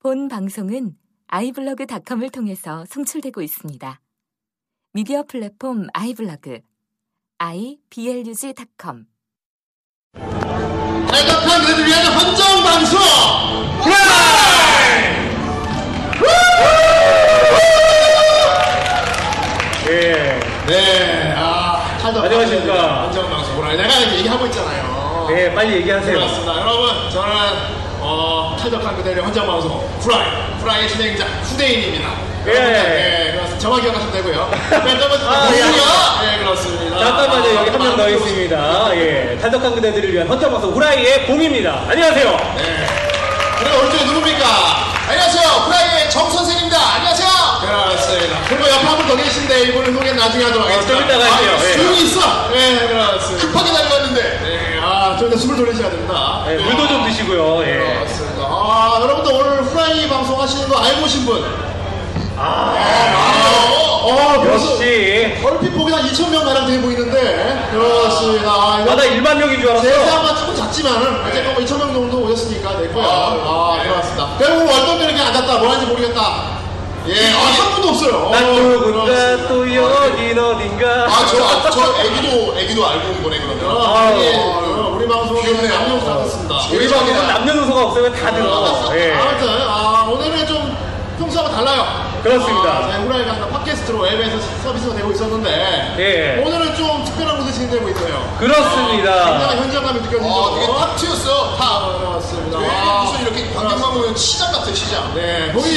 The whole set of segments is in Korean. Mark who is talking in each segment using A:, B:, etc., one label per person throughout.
A: 본 방송은 아이블로그닷컴을 통해서 송출되고 있습니다. 미디어 플랫폼 아이블로그 iblog.com
B: 애덕한 그들을 위한 헌정방송!
C: 예.
B: 네, 아, 하다
C: 안녕하십니까.
B: 헌정방송으로 내가 얘기하고 있잖아요.
C: 네, 빨리 얘기하세요.
B: 반갑습니다. 여러분, 저는, 어, 탈덕한 그들의 헌정방송, 프라이, 프라이의 진행자, 후대인입니다.
C: 예.
B: 네, 그렇습니다. 저만 기억하시면 되고요. 네, 저만
C: 아, 예.
B: 예, 네, 그렇습니다.
C: 잠깐만요, 여기 한 명 더
B: 아,
C: 있습니다. 예. 탈덕한 그대들을 위한 헌터방송 후라이의 봄입니다. 안녕하세요.
B: 네. 그리고 오른쪽에 누굽니까? 안녕하세요. 프라이의 정선생입니다. 안녕하세요.
C: 네,
B: 그렇습니다. 그리고 옆에 한 분 더 계신데 이분을 소개 나중에 하도록 하겠습니다.
C: 좀 이따가 할게요.
B: 아,
C: 예.
B: 조용히 있어. 네, 그렇습니다. 급하게 달려왔는데. 네, 아, 저 일단 숨을 돌리셔야 됩니다.
C: 예, 물도 좀 드시고요. 예.
B: 그렇습니다. 아, 여러분들 오늘 프라이 방송 하시는 거 알고 오신 분. 아, 아, 어, 벌써
C: 역시.
B: 얼핏 보기 한 2,000명 가량 돼 보이는데. 그렇습니다. 아, 이거
C: 아, 나 일반형인 줄 알았어.
B: 세상만 조금 작지만은 어쨌건 2천 명 정도 오셨으니까 됐고요. 아, 그렇습니다. 결국 월동 이렇게 앉았다. 뭐 하는지 모르겠다. 예, 아, 한 분도 없어요.
C: 난
B: 어,
C: 누군가
B: 그렇습니다.
C: 또 여긴 어딘가.
B: 아, 저, 아, 저 애기도, 애기도 알고 온 거네, 그러면.
C: 아유.
B: 예, 어, 우리 방송에 안녕 받았습니다.
C: 우리 방송은 남녀노소가 없으면 다 들어. 예.
B: 아무튼, 아, 오늘은 좀 평소하고 달라요.
C: 그렇습니다.
B: 아, 저희 후라이가 항상 팟캐스트로 앱에서 서비스가 되고 있었는데,
C: 예.
B: 오늘은 좀 특별한 곳에 진행되고 있어요. 아, 굉장히
C: 그렇습니다.
B: 현장감이 느껴지죠.
D: 아, 되게 탁 튀었어. 탁.
B: 나왔습니다.
D: 왜
B: 아,
D: 무슨 이렇게 관객만 보면 시장 같아, 시장.
B: 네, 본인.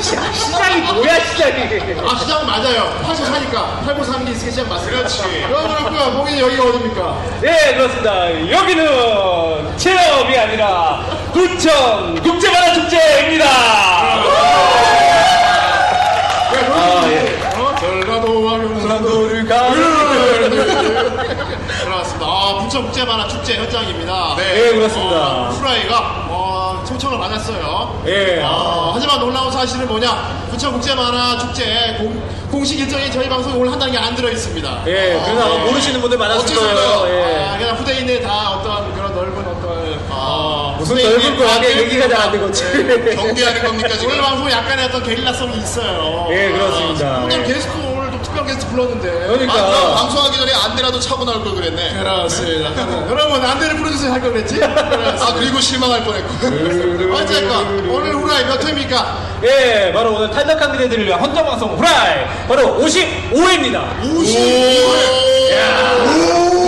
C: 시장이 뭐야, 시장이.
B: 아, 시장 맞아요. 팔고 사니까. 팔고 사는 게 있으니까 시장 맞습니다.
D: 그렇지.
B: 그럼 그렇고요. 본인 여기가 어딥니까?
C: 예, 그렇습니다. 여기는 체험이 아니라 구청 국제문화축제입니다.
B: 야,
C: 아,
B: 본인.
C: 예.
B: 네, 어? 전라도와 경상도를 그렇습니다. 아, 부천 국제만화 축제 현장입니다.
C: 네, 그렇습니다.
B: 어, 후라이가 어, 초청을 받았어요.
C: 예.
B: 아, 하지만 놀라운 사실은 뭐냐? 부천 국제만화 축제 공, 식 일정이 저희 방송에 오늘 한 단계 안 들어 있습니다.
C: 예, 그래서 아마 모르시는 분들 많았을 거예요.
B: 아,
C: 예.
B: 그냥 후대인의 다 어떤 그런 넓은 어떤 어,
C: 아, 무슨
B: 후대인의
C: 넓은 과학에
B: 관계
C: 얘기가 잘 안 되겠지.
D: 경비하는 겁니까, 지금?
B: 오늘 방송 약간의 어떤 게릴라성이 있어요.
C: 예, 그렇습니다.
B: 아, 오늘
C: 예.
B: 게스트 오늘 또 특별 게스트 불렀는데.
C: 그러니까.
D: 아, 그럼 방송하기 전에 안대라도 차고 나올 걸 그랬네.
B: 그렇습니다. 여러분 안대를 프로듀서 할걸 그랬지?
D: 아, 그리고 실망할 뻔했고.
B: 어쨌건 오늘 후라이 몇 회입니까?
C: 예, 바로 오늘 탈덕한 그대들을 위한 헌정방송 후라이! 바로 55회입니다.
B: 네. 52회.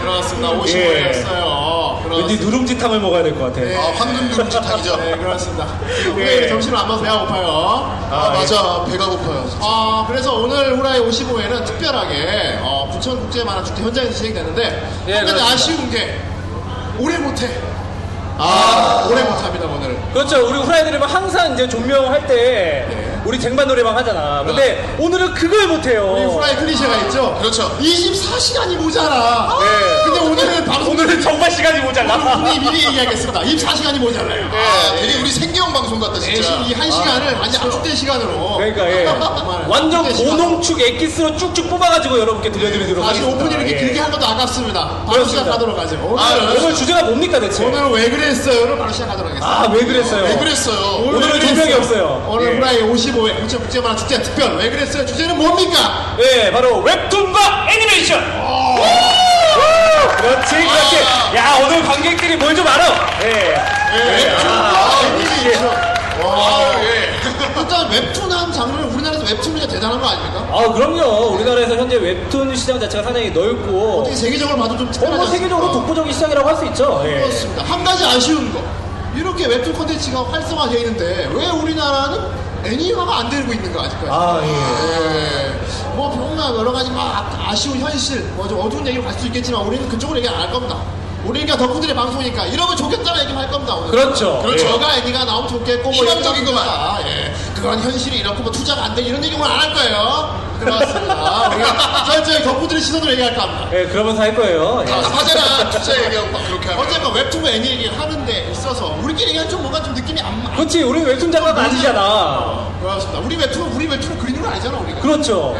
B: 그렇습니다. 55회였어요.
C: 왠지 누룽지탕을 먹어야 될 것 같아.
D: 아, 황금 누룽지 탕이죠.
B: 네, 그렇습니다. 후라이 점심을 안 먹어서 배가 고파요. 네.
D: 아, 맞아. 배가 고파요.
B: 아, 그래서 오늘 후라이 55회는 특별하게 어, 부천 국제 만화축제 현장에서 진행되는데
C: 예,
B: 한 가지
C: 그렇습니다.
B: 아쉬운 게 오래 못해. 아, 오래 못합니다 오늘.
C: 그렇죠. 우리 후라이드리면 항상 이제 존명할 때 우리 쟁반 노래방 하잖아. 근데 오늘은 그걸 못해요.
B: 네. 우리 후라이 클리셰가 있죠.
D: 그렇죠.
B: 24시간이 모자라.
C: 네.
B: 근데 오늘은 방송
C: 오늘은 정말 시간이 모자라.
B: 분이 미리 얘기하겠습니다. 24시간이 모자라요.
C: 네.
D: 아, 되게 우리 생리형 방송 같다, 진짜.
B: 대신 이 한 시간을 아, 완전 압축된 시간으로.
C: 그러니까 예.
B: 정말
C: 완전
B: 압축된 시간으로.
C: 고농축 엑기스로 쭉쭉 뽑아가지고 여러분께 들려드리도록
B: 사실
C: 하겠습니다.
B: 오픈이 이렇게
C: 예.
B: 길게 한 것도 아깝습니다. 바로
C: 그렇습니다.
B: 시작하도록 하죠. 오늘
C: 아, 오늘 주제가 뭡니까 대체?
B: 오늘 왜 그랬어요를 바로 시작하도록 하겠습니다.
C: 아, 왜 그랬어요?
D: 왜 그랬어요?
C: 오늘은
B: 왜
C: 조명이
B: 그랬어요?
C: 없어요.
B: 오늘
C: 예.
B: 후라이 55회 부천 국제문화 축제 특별 왜 그랬어요? 주제는 뭡니까?
C: 예, 바로 웹툰과 애니메이션! 우! 그렇지, 그렇지. 야, 오늘 관객들이 뭘 좀 알아! 예.
B: 아, 웹툰이죠.
D: 아, 예.
B: 일단 웹툰함 장르는 우리나라에서 웹툰이 대단한 거 아닙니까?
C: 아, 그럼요. 우리나라에서 현재 웹툰 시장 자체가 상당히 넓고,
B: 어떻게 세계적으로 봐도 좀
C: 어, 뭐
B: 특별하지
C: 세계적으로
B: 않습니까?
C: 독보적인 시장이라고 할 수 있죠. 예.
B: 그렇습니다. 한 가지 아쉬운 거. 이렇게 웹툰 콘텐츠가 활성화되어 있는데 왜 우리나라는 애니화가 안 되고 있는가 아직까지.
C: 아, 예.
B: 예. 뭐 뭔가 여러 가지 막 아- 아쉬운 현실, 뭐 좀 어두운 얘기로 갈 수 있겠지만 우리는 그쪽으로 얘기 안 할 겁니다. 우리가 덕후들의 방송이니까 이러면 좋겠다는 얘기만 할 겁니다. 오늘.
C: 그렇죠.
B: 그렇죠.
C: 예.
B: 저가 애기가 나오면 좋겠고 뭐
D: 희망적인
B: 이런
D: 것만.
B: 거다. 예. 그건 현실이 이렇고 뭐 투자가 안 돼 이런 얘기만 안 할 거예요. 그렇습니다. 우리가 현재 덕후들의 시선으로 얘기할 겁니다.
C: 예, 그러면서 할 거예요. 예.
D: 하잖아. 투자 얘기하고 막 그렇게 하면.
B: 어쨌건 웹툰과 애니 얘기 하는데 있어서 우리끼리가 좀 뭔가 좀 느낌이 안 맞.
C: 그렇지, 우리 웹툰 작가가 아니잖아.
B: 그렇습니다. 우리 웹툰 우리 웹툰을 그리는 건 아니잖아 우리가.
C: 그렇죠.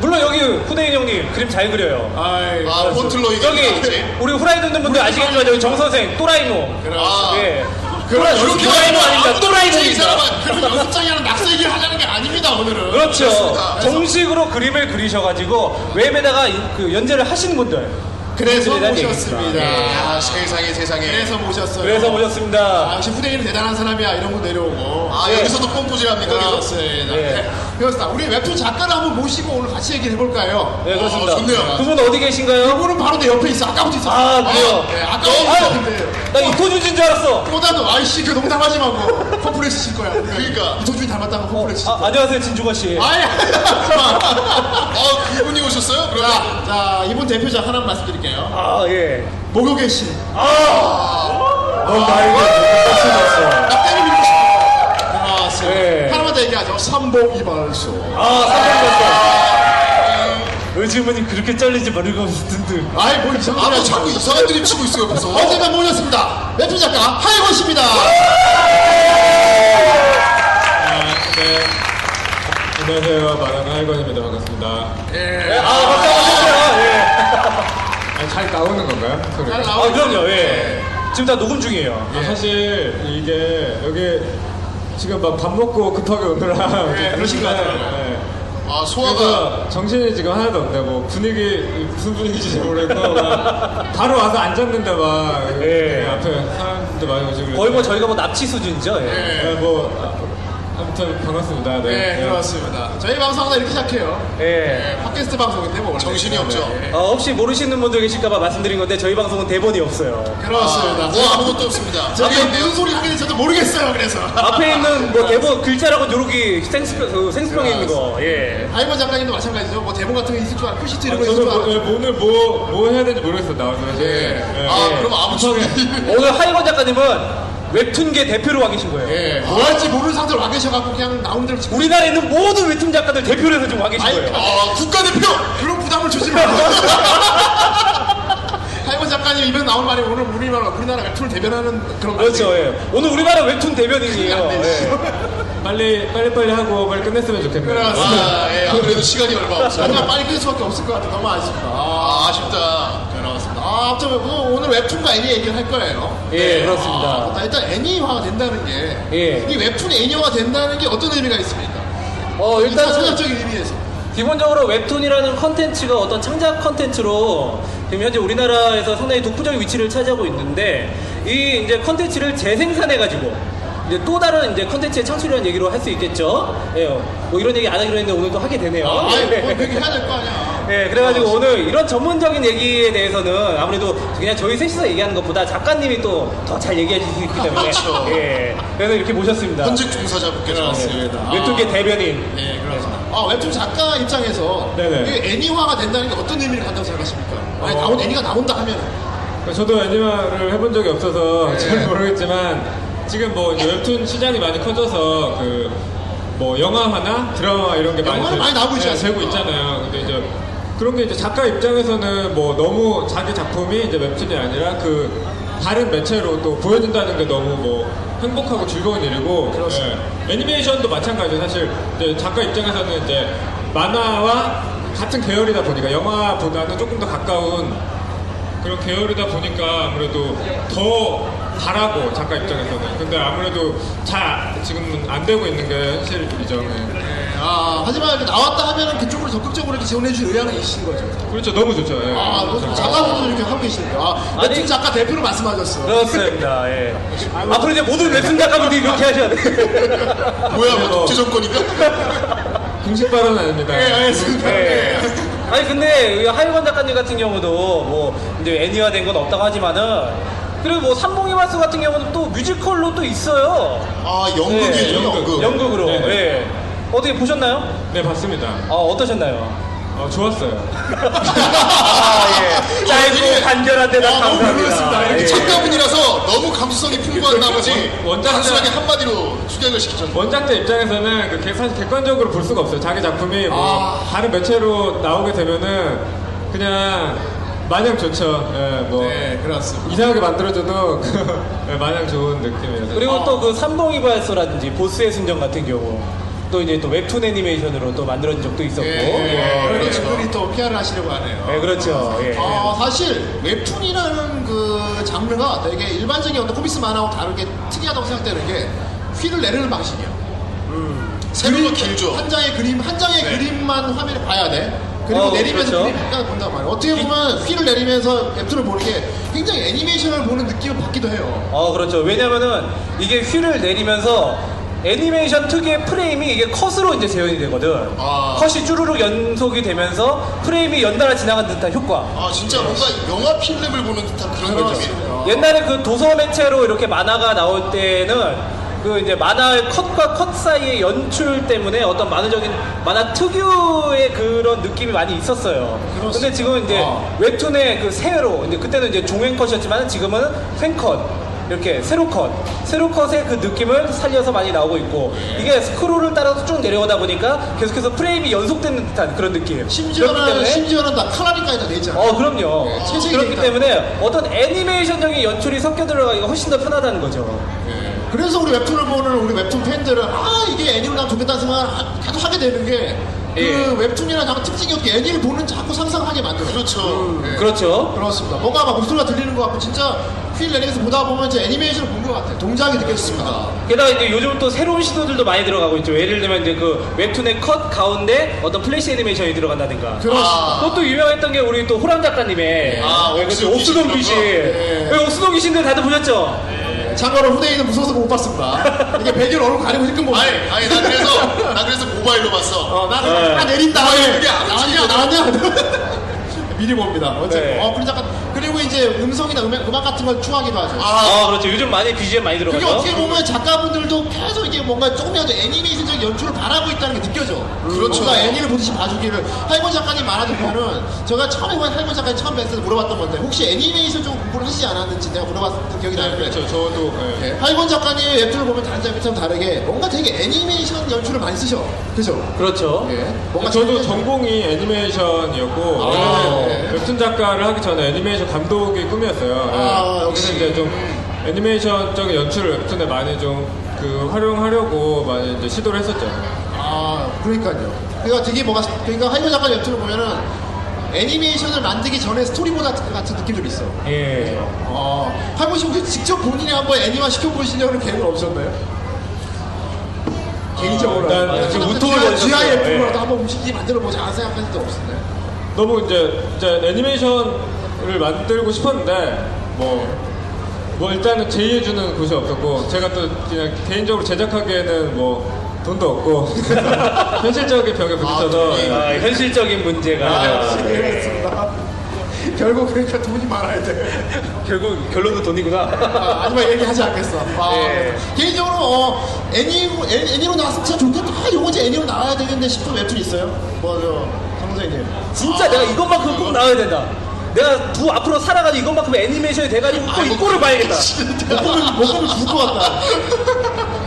C: 물론 여기 후대인 형님 그림 잘 그려요. 그렇죠.
B: 아이, 그렇죠.
D: 아,
B: 그래서-
D: 포틀로 이게
C: 여기
D: 맞지?
C: 우리 후라이 듣는 분들 아시겠지만 여기 정 선생 또라이노.
D: 아,
C: 예.
D: 그럼
B: 그렇죠.
C: 또라이-
D: 이렇게
C: 또라이노
D: 하면
C: 아닙니다.
D: 아무도 이
C: 또라이노입니다.
D: 사람은
B: 그리고 연습장이랑 낙서 얘기를 하자는 게 아닙니다 오늘은.
C: 그렇죠.
D: 그렇습니다. 그래서-
C: 정식으로 그림을 그리셔가지고 웹에다가 이- 그 연재를 하신 분들.
B: 그래서
C: 그분들이란
B: 모셨습니다.
C: 얘기입니다. 예.
D: 아, 세상에 세상에.
B: 그래서 모셨어요.
C: 그래서 모셨습니다.
B: 아, 역시 후대인은 대단한 사람이야 이런 거 네. 내려오고.
D: 아,
C: 예.
D: 여기서도 뽐뿌질합니까? 계속? 네.
B: 그렇습니다.
C: 예.
B: 네. 그렇습니다. 우리 웹툰 작가를 한번 모시고 오늘 같이 얘기를 해볼까요?
C: 네 그렇습니다.
D: 어, 좋네요.
C: 그분 어디 계신가요?
B: 아, 그분은 바로 내 옆에 있어. 아까부터 있어.
C: 아 그래요.
B: 예,
C: 어,
B: 아까부터 있었는데.
C: 아유, 나 이토준진 줄 알았어.
B: 보다도 아이씨 그 농담하지 말고 컴플렉스 칠 거야.
D: 그러니까.
B: 이동준이 닮았다고 컴플렉스 칠
C: 아,
B: 거야.
C: 안녕하세요 진주건 씨.
B: 아니,
D: 아, 그분이 오셨어요? 그러면
B: 자, 자, 이분 대표작 하나 말씀드릴게요.
C: 아 예. 아! 어,
B: 목욕의 신. 아,
D: 나 때리면 이렇게 아,
B: 나왔어요.
C: 네.
B: 아, 하나만 더 얘기하죠. 삼복 이발소.
C: 아 삼성전자. 요즘은 그렇게 잘리지 모르겠는데.
B: 아이, 뭐 이상한
D: 아무
B: 소리 하지
D: 자꾸
B: 마세요.
D: 이상한 드립 치고 있어요,
B: 어?
D: 옆에서.
B: 언젠가 모셨습니다. 웹툰 작가 하이건 씨입니다.
E: 안녕하세요. 마라나 하이건입니다. 반갑습니다.
C: 예, 아 감사합니다. 예.
E: 아, 잘 나오는 건가요? 소리가?
B: 잘 나오-
C: 아 그럼요. 예. 지금 다 녹음 중이에요.
E: 아, 사실 이게 여기 지금 막 밥 먹고 급하게 오느라
B: 예, 그러신 것 같아요.
E: 예.
D: 아, 소화가.
E: 그래서 정신이 지금 하나도 없네. 뭐 분위기 무슨 분위기인지 모르겠고 막 바로 와서 앉았는데 막
C: 예.
E: 예, 앞에 사람들 많이 오시고
C: 거의 뭐
E: 그래서.
C: 저희가 뭐 납치 수준이죠. 예.
E: 예, 뭐 아, 아무튼 반갑습니다. 네.
B: 네,
E: 예.
B: 그렇습니다. 저희 방송 항상 이렇게 시작해요.
C: 예.
B: 네, 팟캐스트 방송인데 뭐 원래.
D: 정신이 없죠.
B: 네,
C: 어, 혹시 모르시는 분들 계실까봐 말씀드린 건데 저희 방송은 대본이 없어요.
B: 예, 그렇습니다.
D: 뭐 아무것도 없습니다.
B: 저기
D: 저기
B: 무슨 소리 하게 될지도 모르겠어요. 그래서
C: 앞에 있는 뭐 대본 글자라고 요렇게 생수병 그 생수병에 있는 거. 예.
B: 하이건 작가님도 마찬가지죠. 뭐 대본 같은 게 있을 줄 알고 시트 이런 거 있을
E: 저는
B: 줄
E: 뭐,
B: 알고.
E: 예, 뭐 오늘 뭐, 뭐 해야 되는지 모르겠어요. 나와서 사실.
B: 네.
E: 예.
D: 아, 그럼 아무 소리.
C: 오늘 하이건 작가님은 웹툰계 대표로 와 계신 거예요.
B: 예, 뭐 할지 모르는 상태로 와 계셔갖고 그냥 나온 대로 지금
C: 우리나라에 있는 모든 웹툰 작가들 대표로 해서 지금 와 계신 거예요.
D: 아, 국가대표!
B: 어, 그런 부담을 주지 말고. 하이건 작가님 입에 나온 말이 오늘 우리나라 우리나라 웹툰을 대변하는 그런
C: 그렇죠.
B: 말이에요.
C: 예. 오늘 우리나라 웹툰 대변인이에요. 예.
E: 빨리 빨리 빨리 하고 빨리 끝냈으면 좋겠네요.
D: 아, 예, 아무래도 시간이 얼마 없어요.
B: 하지만 빨리 끊을 수밖에 없을 것 같아. 너무 아쉽다.
D: 아, 아쉽다.
B: 네, 나왔습니다. 아, 아무튼 뭐 오늘 웹툰과 애니 얘기를 할 거예요.
C: 예, 그렇습니다.
B: 아, 그렇다. 일단 애니화가 된다는 게,
C: 예.
B: 이 웹툰 애니화가 된다는 게 어떤 의미가 있습니까?
C: 어,
B: 일단
C: 일단은
B: 성격적인 의미에서.
C: 기본적으로 웹툰이라는 컨텐츠가 어떤 창작 컨텐츠로 지금 현재 우리나라에서 상당히 독보적인 위치를 차지하고 있는데 이 이제 컨텐츠를 재생산해가지고 이제 또 다른 이제 컨텐츠의 창출이라는 얘기로 할 수 있겠죠. 예, 뭐 이런 얘기 안 하기로 했는데 오늘 또 하게 되네요.
B: 아, 아니, 뭐 얘기해야 될 거 아니야.
C: 어, 예, 그래가지고 오늘 이런 전문적인 얘기에 대해서는 아무래도 그냥 저희 셋이서 얘기하는 것보다 작가님이 또 더 잘 얘기해 주실 수 있기 때문에.
D: 그렇죠.
C: 예. 그래서 이렇게 모셨습니다.
D: 현직
C: 아,
D: 종사자분께서
C: 네,
D: 왔습니다. 아.
C: 웹툰계 대변인.
B: 아, 네, 그렇습니다. 아, 웹툰 작가 입장에서
E: 네네.
B: 이게 애니화가 된다는 게 어떤 의미를 갖다고 생각하십니까? 아니, 나온 애니가 나온다 하면.
E: 저도 애니마를 해본 적이
B: 네.
E: 없어서 잘 모르겠지만 지금 뭐 이제 웹툰 시장이 많이 커져서 그 뭐 영화화나 드라마 이런 게 많이,
B: 영화는
E: 되-
B: 많이 나오고 있지
E: 네,
B: 않습니까?
E: 되고 있잖아요. 근데 이제 그런 게 이제 작가 입장에서는 뭐 너무 자기 작품이 이제 웹툰이 아니라 그 다른 매체로 또 보여진다는 게 너무 뭐 행복하고 즐거운 일이고 예. 애니메이션도 마찬가지예요. 사실 이제 작가 입장에서는 이제 만화와 같은 계열이다 보니까 영화보다는 조금 더 가까운 그런 계열이다 보니까 아무래도 더 바라고 작가 입장에서는 근데 아무래도 잘 지금은 안 되고 있는 게 현실이죠 예.
B: 아, 하지만 이렇게 나왔다 하면 그쪽으로 적극적으로 이렇게 지원해줄 의향이 있으신 거죠.
E: 그렇죠 너무 좋죠 예.
B: 아, 그렇습니다. 작가분도 이렇게 하고 계시네요. 아, 웹툰
C: 아니-
B: 작가 대표로 말씀하셨어.
C: 그렇습니다. 예. 앞으로 이제 모든 웹툰 작가분들이 이렇게 하셔야 돼요.
D: 뭐야, 뭐 독재 정권인가?
E: 공식 발언은 아닙니다
B: 네, 알겠습니다. 네.
C: 예. 아니 근데 이 하일권 작가님 같은 경우도 뭐 이제 애니화된 건 없다고 하지만은 그리고 뭐 삼봉이 마스 같은 경우는 또 뮤지컬로 또 있어요.
D: 아, 연극이죠,
C: 네.
D: 연극.
C: 연극으로.
E: 네, 네.
C: 예. 어떻게 보셨나요?
E: 네 봤습니다
C: 아 어떠셨나요?
E: 어, 좋았어요
C: 아 예. 짧고
D: 되게-
C: 간결한 대답
D: 아, 너무
C: 감사합니다.
D: 놀랐습니다.
C: 예.
D: 작가분이라서 너무 감수성이 풍부한
B: 그렇죠.
D: 나머지
E: 원- 원작자-
D: 단순하게 한마디로 축약을 시키셨네요.
E: 원작자 입장에서는 그 객- 사실 객관적으로 볼 수가 없어요 자기 작품이 뭐 다른 매체로 나오게 되면은 그냥 마냥 좋죠 예, 뭐
B: 네, 그렇습니다.
E: 이상하게 만들어줘도 예, 마냥 좋은 느낌이에요
C: 그리고 또 그 삼봉이 발소라든지 보스의 순정 같은 경우 또 이제 또 웹툰 애니메이션으로 또 만들어진 적도 있었고.
B: 예,
D: 아,
B: 예,
C: 예,
B: 그런
C: 그렇죠.
B: 친구들이 또 PR을 하시려고 하네요.
C: 예, 그렇죠. 예.
B: 어, 사실 웹툰이라는 그 장르가 되게 일반적인 어떤 코믹스 만화하고 다르게 특이하다고 생각되는 게 휘를 내리는 방식이에요.
D: 세로가 음, 길죠. 네.
B: 한 장의 그림, 한 장의 그림만 화면에 봐야 돼. 그리고
C: 어,
B: 내리면서
C: 그렇죠.
B: 그림 잠깐 본단 말이에요. 어떻게 보면 휘를 내리면서 웹툰을 보는 게 굉장히 애니메이션을 보는 느낌을 받기도 해요.
C: 어, 그렇죠. 왜냐면은 이게 휠을 내리면서 애니메이션 특유의 프레임이 이게 컷으로 이제 재현이 되거든.
D: 아.
C: 컷이 쭈루룩 연속이 되면서 프레임이 연달아 지나간 듯한 효과.
D: 아 진짜 뭔가 영화 필름을 보는 듯한
B: 그렇죠.
D: 그런
C: 그렇죠.
D: 느낌이에요.
C: 옛날에 그 도서 매체로 이렇게 만화가 나올 때는 그 이제 만화의 컷과 컷 사이의 연출 때문에 어떤 만화적인 만화 특유의 그런 느낌이 많이 있었어요. 근데 지금 이제
B: 어.
C: 웹툰의 그 세로 이제 그때는 이제 종횡 컷이었지만 지금은 횡컷 이렇게 세로 컷 세로 컷의 그 느낌을 살려서 많이 나오고 있고 이게 스크롤을 따라서 쭉 내려오다 보니까 계속해서 프레임이 연속되는 듯한 그런 느낌. 그렇기
B: 심지어는
C: 때문에
B: 심지어는 다 칼라리까지 다 돼 있잖아.
C: 어, 그럼요.
B: 네, 체질이
C: 그렇기
B: 있다.
C: 때문에 어떤 애니메이션적인 연출이 섞여 들어가기가 훨씬 더 편하다는 거죠. 어?
B: 그래서 우리 웹툰을 보는 우리 웹툰 팬들은 아 이게 애니로 나면 좋겠다는 생각을 하- 계속 하게 되는 게. 그
C: 예.
B: 웹툰이랑 약간 특징이 없게 애니를 보는 자꾸 상상하게 만들어요. 음,
D: 그렇죠. 예.
C: 그렇죠.
B: 그렇습니다. 뭔가 막 목소리가 들리는 것 같고 진짜 휠 내리면서 보다 보면 이제 애니메이션을 본 것 같아요. 동작이 느껴집니다.
C: 게다가 이제 요즘 또 새로운 시도들도 많이 들어가고 있죠. 예를 들면 이제 그 웹툰의 컷 가운데 어떤 플래시 애니메이션이 들어간다든가.
B: 그렇습니다.
C: 그것도 유명했던 게 우리 또 호람 작가님의
D: 아,
C: 그
D: 옥수동
C: 옥수동 귀신.
D: 귀신.
B: 예.
C: 왜 옥수동 귀신들 다들 보셨죠?
B: 참고로 후대인은 무서워서 못 봤습니다. 이게 백일 얼굴 가리고 힐끔 보고.
D: 아니 아니 나 그래서 나 그래서 모바일로 봤어.
B: 어, 나는
C: 네.
B: 다 내린다.
D: 아니, 그게 안
B: 나왔냐, 나왔냐. 미리 봅니다. 어쨌든.
C: 네.
B: 어, 그리고 잠깐, 그리고 이제 음성이나 음악, 음악 같은 걸 추하기도 하죠.
C: 아, 그렇죠. 요즘 많이 BGM 많이 들어가죠.
B: 그게 어떻게 보면 작가분들도 계속 이게 뭔가 조금이라도 애니메이션적 연출을 바라고 있다는 게 느껴져.
D: 그렇죠.
B: 뭔가 애니를 보듯이 봐주기를. 할머 작가님 말하자면은 제가 처음에 할머 작가님 처음 뵀을 때 물어봤던 건데 혹시 애니메이션 좀 공부를 하시지 않았는지 내가 물어봤던 기억이
D: 네,
B: 나는데
E: 그렇죠. 저도 예.
B: 네. 할권 작가님 웹툰을 보면 다른 작가님처럼 다르게 뭔가 되게 애니메이션 연출을 많이 쓰셔. 그죠?
C: 그렇죠.
B: 예. 뭔가
E: 저도
B: 재밌는-
E: 전공이 애니메이션이었고
B: 네.
E: 원래는 웹툰 작가를 하기 전에 애니메이션 감독이 꿈이었어요.
B: 아,
E: 예.
B: 역시. 음.
E: 근데 이제 좀 애니메이션적인 연출을 웹툰에 많이 좀 그 활용하려고 많이 이제 시도를 했었죠.
B: 아, 그러니까요. 그러니까 되게 뭔가 그러니까 할권 작가 웹툰을 보면은 애니메이션을 만들기 전에 스토리보드 같은, 같은 느낌들이 있어.
C: 예.
B: 어, 할머니 씨 혹시 직접 본인이 한번 애니화 시켜보시려는 계획은 없었나요? 개인적으로
E: 아, 일단 지금
C: 우통을 걸으셨어요.
B: GIF로라도
C: 예.
B: 한번 움직이 만들어보자 생각한 적도 없었나요?
E: 너무 이제, 이제 애니메이션을 만들고 싶었는데 뭐. 뭐 일단은 제의해주는 곳이 없었고 제가 또 그냥 개인적으로 제작하기에는 뭐 돈도 없고 현실적인 벽에 부딪혀서 예.
C: 아, 현실적인 문제가.
E: 아,
B: 아. 예, 알겠습니다.
E: 예.
B: 결국 그러니까 돈이 많아야 돼.
C: 결국 결론은 돈이구나.
B: 아, 마지막 얘기하지 않겠어. 아,
C: 예.
B: 개인적으로 어,
D: 뭐,
B: 애니, 애- 애니로 나왔으면 진짜 좋겠다. 아, 이거 이제 애니로 나와야 되겠는데 싶은 웹툰 있어요? 뭐죠, 선생님.
C: 진짜 내가 이것만큼 꼭 나와야 된다. 내가 부 앞으로 살아가도 이것만큼 애니메이션이 돼가지고 꼭 이 꼴을 봐야겠다.
B: 못 보면, 못 보면 죽을 것 같다.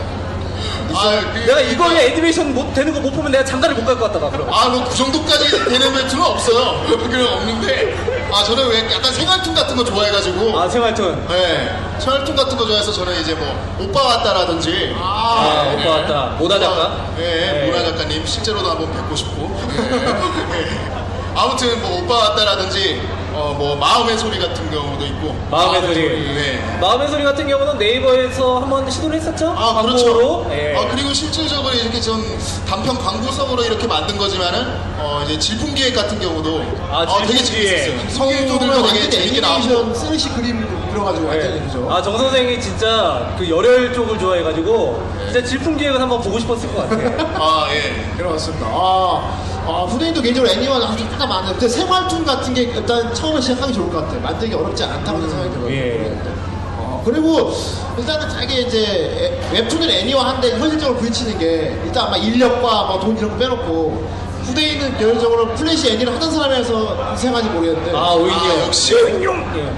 D: 아 그게
C: 내가 이거에 애니메이션 못 되는 거 못 보면 내가 장가를 못 갈 것 같다. 나 그럼.
D: 아, 뭐, 그 정도까지 되는 멘트는 없어요. 그건 없는데, 아, 저는 왜 약간 생활툰 같은 거 좋아해가지고,
C: 아 생활툰.
D: 네, 생활툰 같은 거 좋아해서 저는 이제 뭐, 오빠 왔다라든지,
C: 아, 오빠 왔다. 모다 작가.
D: 예, 모라 작가님, 실제로도 한번 뵙고 싶고, 예. 예. 아무튼 뭐, 오빠 왔다라든지, 어, 뭐, 마음의 소리 같은 경우도 있고,
C: 마음의 소리.
D: 네.
C: 마음의 소리 같은 경우는 네이버에서 한번 시도를 했었죠.
D: 아,
C: 광고로.
D: 그렇죠.
C: 예.
D: 아, 그리고 실질적으로 이렇게 전 단편 광고성으로 이렇게 만든 거지만은, 어, 이제 질풍 기획 같은 경우도, 어,
C: 아,
D: 되게
C: 질풍 기획.
D: 재밌었어요.
B: 성우들은
D: 네. 성우들도 되게
B: 완전
D: 재밌게 나왔고, 네.
B: 애니메이션 쓰레쉬 그림 그려가지고 완전 그죠.
C: 아, 정 선생이 진짜 그 열혈 쪽을 좋아해가지고 진짜 질풍 기획은 한번 보고 싶었을 것 같아.
D: 아, 예.
B: 그렇습니다. 아, 아, 후대인도 개인적으로 애니와 아주 하나 많은데 생활툰 같은 게 일단 처음에 시작하기 좋을 것 같아요. 만들기 어렵지 않다고 생각이 들어요.
C: 예.
B: 어, 그리고 일단은 자기 이제 애- 웹툰을 애니화한데 현실적으로 부딪히는 게 일단 아마 인력과 뭐 돈 이런 거 빼놓고 후대인은 결론적으로 플래시 애니를 하는 사람이라서 생각하지 모르겠는데
C: 아, 오히려.
D: 아, 역시.
C: 예.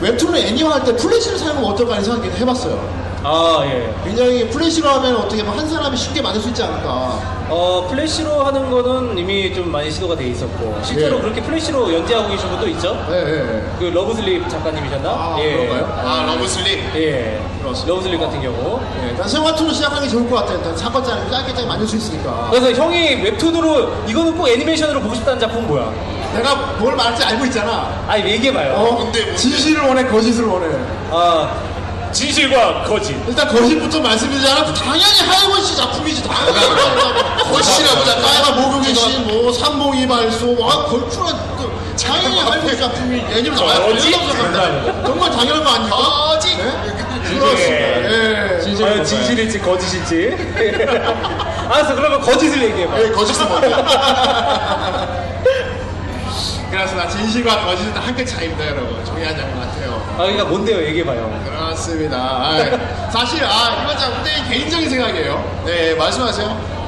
B: 웹툰을 애니화할 때 플래시를 사용하면 어떨까 하는 생각을 해봤어요.
C: 아, 예.
B: 굉장히 플래시로 하면 어떻게 보면 한 사람이 쉽게 만들 수 있지 않을까.
C: 어, 플래시로 하는 거는 이미 좀 많이 시도가 돼 있었고, 실제로
B: 예.
C: 그렇게 플래시로 연재하고 계신 분도 있죠?
B: 예, 예, 예.
C: 그 러브슬립 작가님이셨나?
B: 아, 그런가요?
D: 아, 러브슬립.
C: 예.
B: 그렇습니다.
C: 러브슬립 같은 경우.
B: 예, 일단 생화투로 시작하는 게 좋을 것 같아요. 일단 사건 짜리 짧게 짧게 만들 수 있으니까.
C: 그래서 형이 웹툰으로, 이거는 꼭 애니메이션으로 보고 싶다는 작품 뭐야?
B: 내가 뭘 말할지 알고 있잖아.
C: 아니, 얘기해봐요.
B: 어,
D: 뭔데, 뭔데?
B: 진실을 원해, 거짓을 원해.
C: 아, 진실과 거짓.
B: 일단 거짓부터 말씀드리자면 당연히 하이원 씨 작품이지 당연히
D: 거짓이라고 자꾸.
B: 나야가 모금이 씨뭐 삼봉이 발소 아 걸출한 그 당연히 하이원 씨 작품이 예를 들어
C: 거짓?
B: 정말 당연한 거그 아니야 거짓
C: 예.
B: 그렇습니다 예.
E: 진실이
C: 과연 진실일지 거짓일지. 알았어, 그러면 거짓을 얘기해봐.
D: 예, 거짓은 뭔데?
B: 그래서 나 진실과 거짓은 한끗 차이입니다 여러분 정리하지 않은 것 같아요
C: 아, 그러니까 뭔데요? 얘기해봐요.
B: 그렇습니다 아, 사실 아 이건 장군의 개인적인 생각이에요
D: 네, 말씀하세요.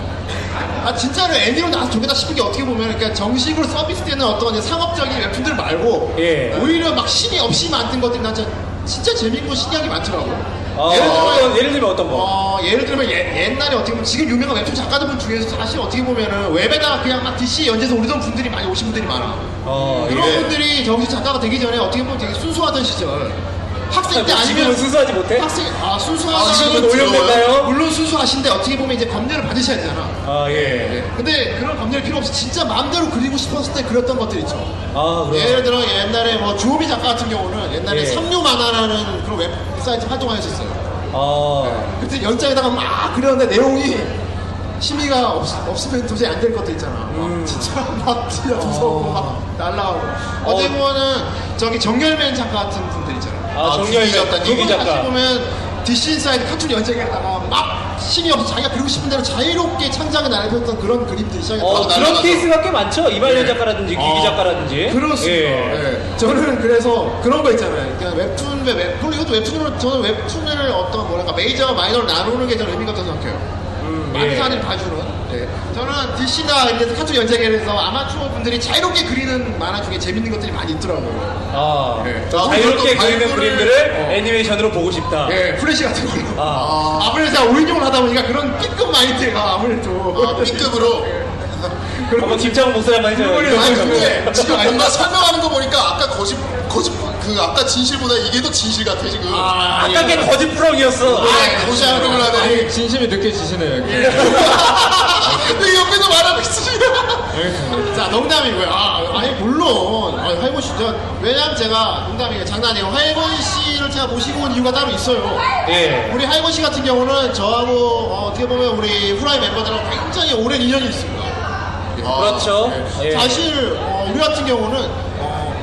B: 아 진짜로 애니로 나와서 저기다 싶은 게 어떻게 보면 그러니까 정식으로 서비스되는 어떤 이제 상업적인 웹툰들 말고
C: 예.
B: 오히려 막 심의 없이 만든 것들이 난 진짜, 진짜 재밌고 신기한 게 많더라고.
C: 어,
B: 예를 들면
C: 예를 들면 어떤 거?
B: 네. 어, 예를 들면 예- 옛날에 어떻게 보면 지금 유명한 웹툰 작가들 중에서 사실 어떻게 보면은 웹에다가 그냥 막 DC 연재에서 오르던 분들이 많이 오신 분들이 많아.
C: 어,
B: 그런
D: 예.
B: 분들이 정식 작가가 되기 전에 어떻게 보면 되게 순수하던 시절. 학생 때
C: 지금은
B: 아니면
C: 순수하지 못해?
B: 학생 아
D: 아,
B: 순수하다면
D: 지금은
C: 지금은 오염됐나요?
B: 물론 순수하신데 어떻게 보면 이제 검열을 받으셔야 되잖아.
C: 아, 예.
B: 예. 근데 그런 법률 필요 없이 진짜 마음대로 그리고 싶었을 때 그렸던 것들 있죠.
C: 아, 그래요?
B: 예를 들어 옛날에 뭐 주호비 작가 같은 경우는 옛날에
C: 예.
B: 삼류 만화라는 그런 웹사이트 활동하셨어요.
C: 아,
B: 그때 연장에다가 막 그렸는데 내용이 심의가 없, 으면 도저히 안 될 것도 있잖아. 막
C: 음.
B: 진짜 막 튀어나서고 막 날라오고. 어떻게 보면은 저기 정열맨 작가 같은 분들 있잖아.
C: 아, 정렬
D: 조기 작가,
C: 작가, 조기
B: 그분 같이
C: 작가.
B: 보면 DC 인사이드 카툰 연재에다가 막 신이 없이 자기가 그리고 싶은 대로 자유롭게 창작을 날려줬던 그런 그림들이 시작했다.
C: 어,
D: 아,
C: 그런
D: 날라갔어.
C: 케이스가 꽤 많죠? 이발년 작가라든지, 기기 작가라든지.
B: 그렇습니다.
C: 예.
B: 예. 저는 그래서 그런 거 있잖아요. 그러니까 웹툰, 웹, 웹, 물론 이것도 웹툰으로, 저는 웹툰을 어떤 뭐랄까 메이저와 마이너를 나누는 게 저는 의미가 있다고 생각해요. 많은
C: 예.
B: 사람들이 봐주는. 예. 저는 DC나 이제 카툰 연재계에서 아마추어 분들이 자유롭게 그리는 만화 중에 재밌는 것들이 많이 있더라고요.
C: 아,
B: 예.
C: 자, 자유롭게
D: 그것도
C: 그리는
D: 발굴을-
C: 그림들을
B: 어.
C: 애니메이션으로 보고 싶다.
B: 예, 플래시 같은 걸로.
C: 아.
B: 아. 무래도 제가 오인용을 하다 보니까 그런 B급 마인드가 아무래도.
D: 아, B급으로.
C: 한번 김창훈 목소리 한번 해줘요.
D: 아니, 근데 지금 뭔가 설명하는 거 보니까 아까 거짓, 거짓, 그 아까 진실보다 이게 더 진실 같아, 지금. 아,
C: 아까 걔 거짓 프랑이었어.
D: 거짓 활동을 하네.
E: 아니, 진심이 느껴지시네요.
B: 예.
E: 여기.
D: 근데 옆에도 말하고 있으시네.
B: 자, 농담이고요. 아, 아니, 물론. 아, 하이본 씨, 저, 왜냐면 제가, 농담이에요. 장난이에요. 하이본 씨를 제가 모시고 온 이유가 따로 있어요.
C: 예.
B: 우리 하이본 씨 같은 경우는 저하고, 어, 떻게 보면 우리 후라이 멤버들하고 굉장히 오랜 인연이 있습니다.
C: 그렇죠.
B: 네.
C: 예.
B: 사실, 어, 우리 같은 경우는, 어,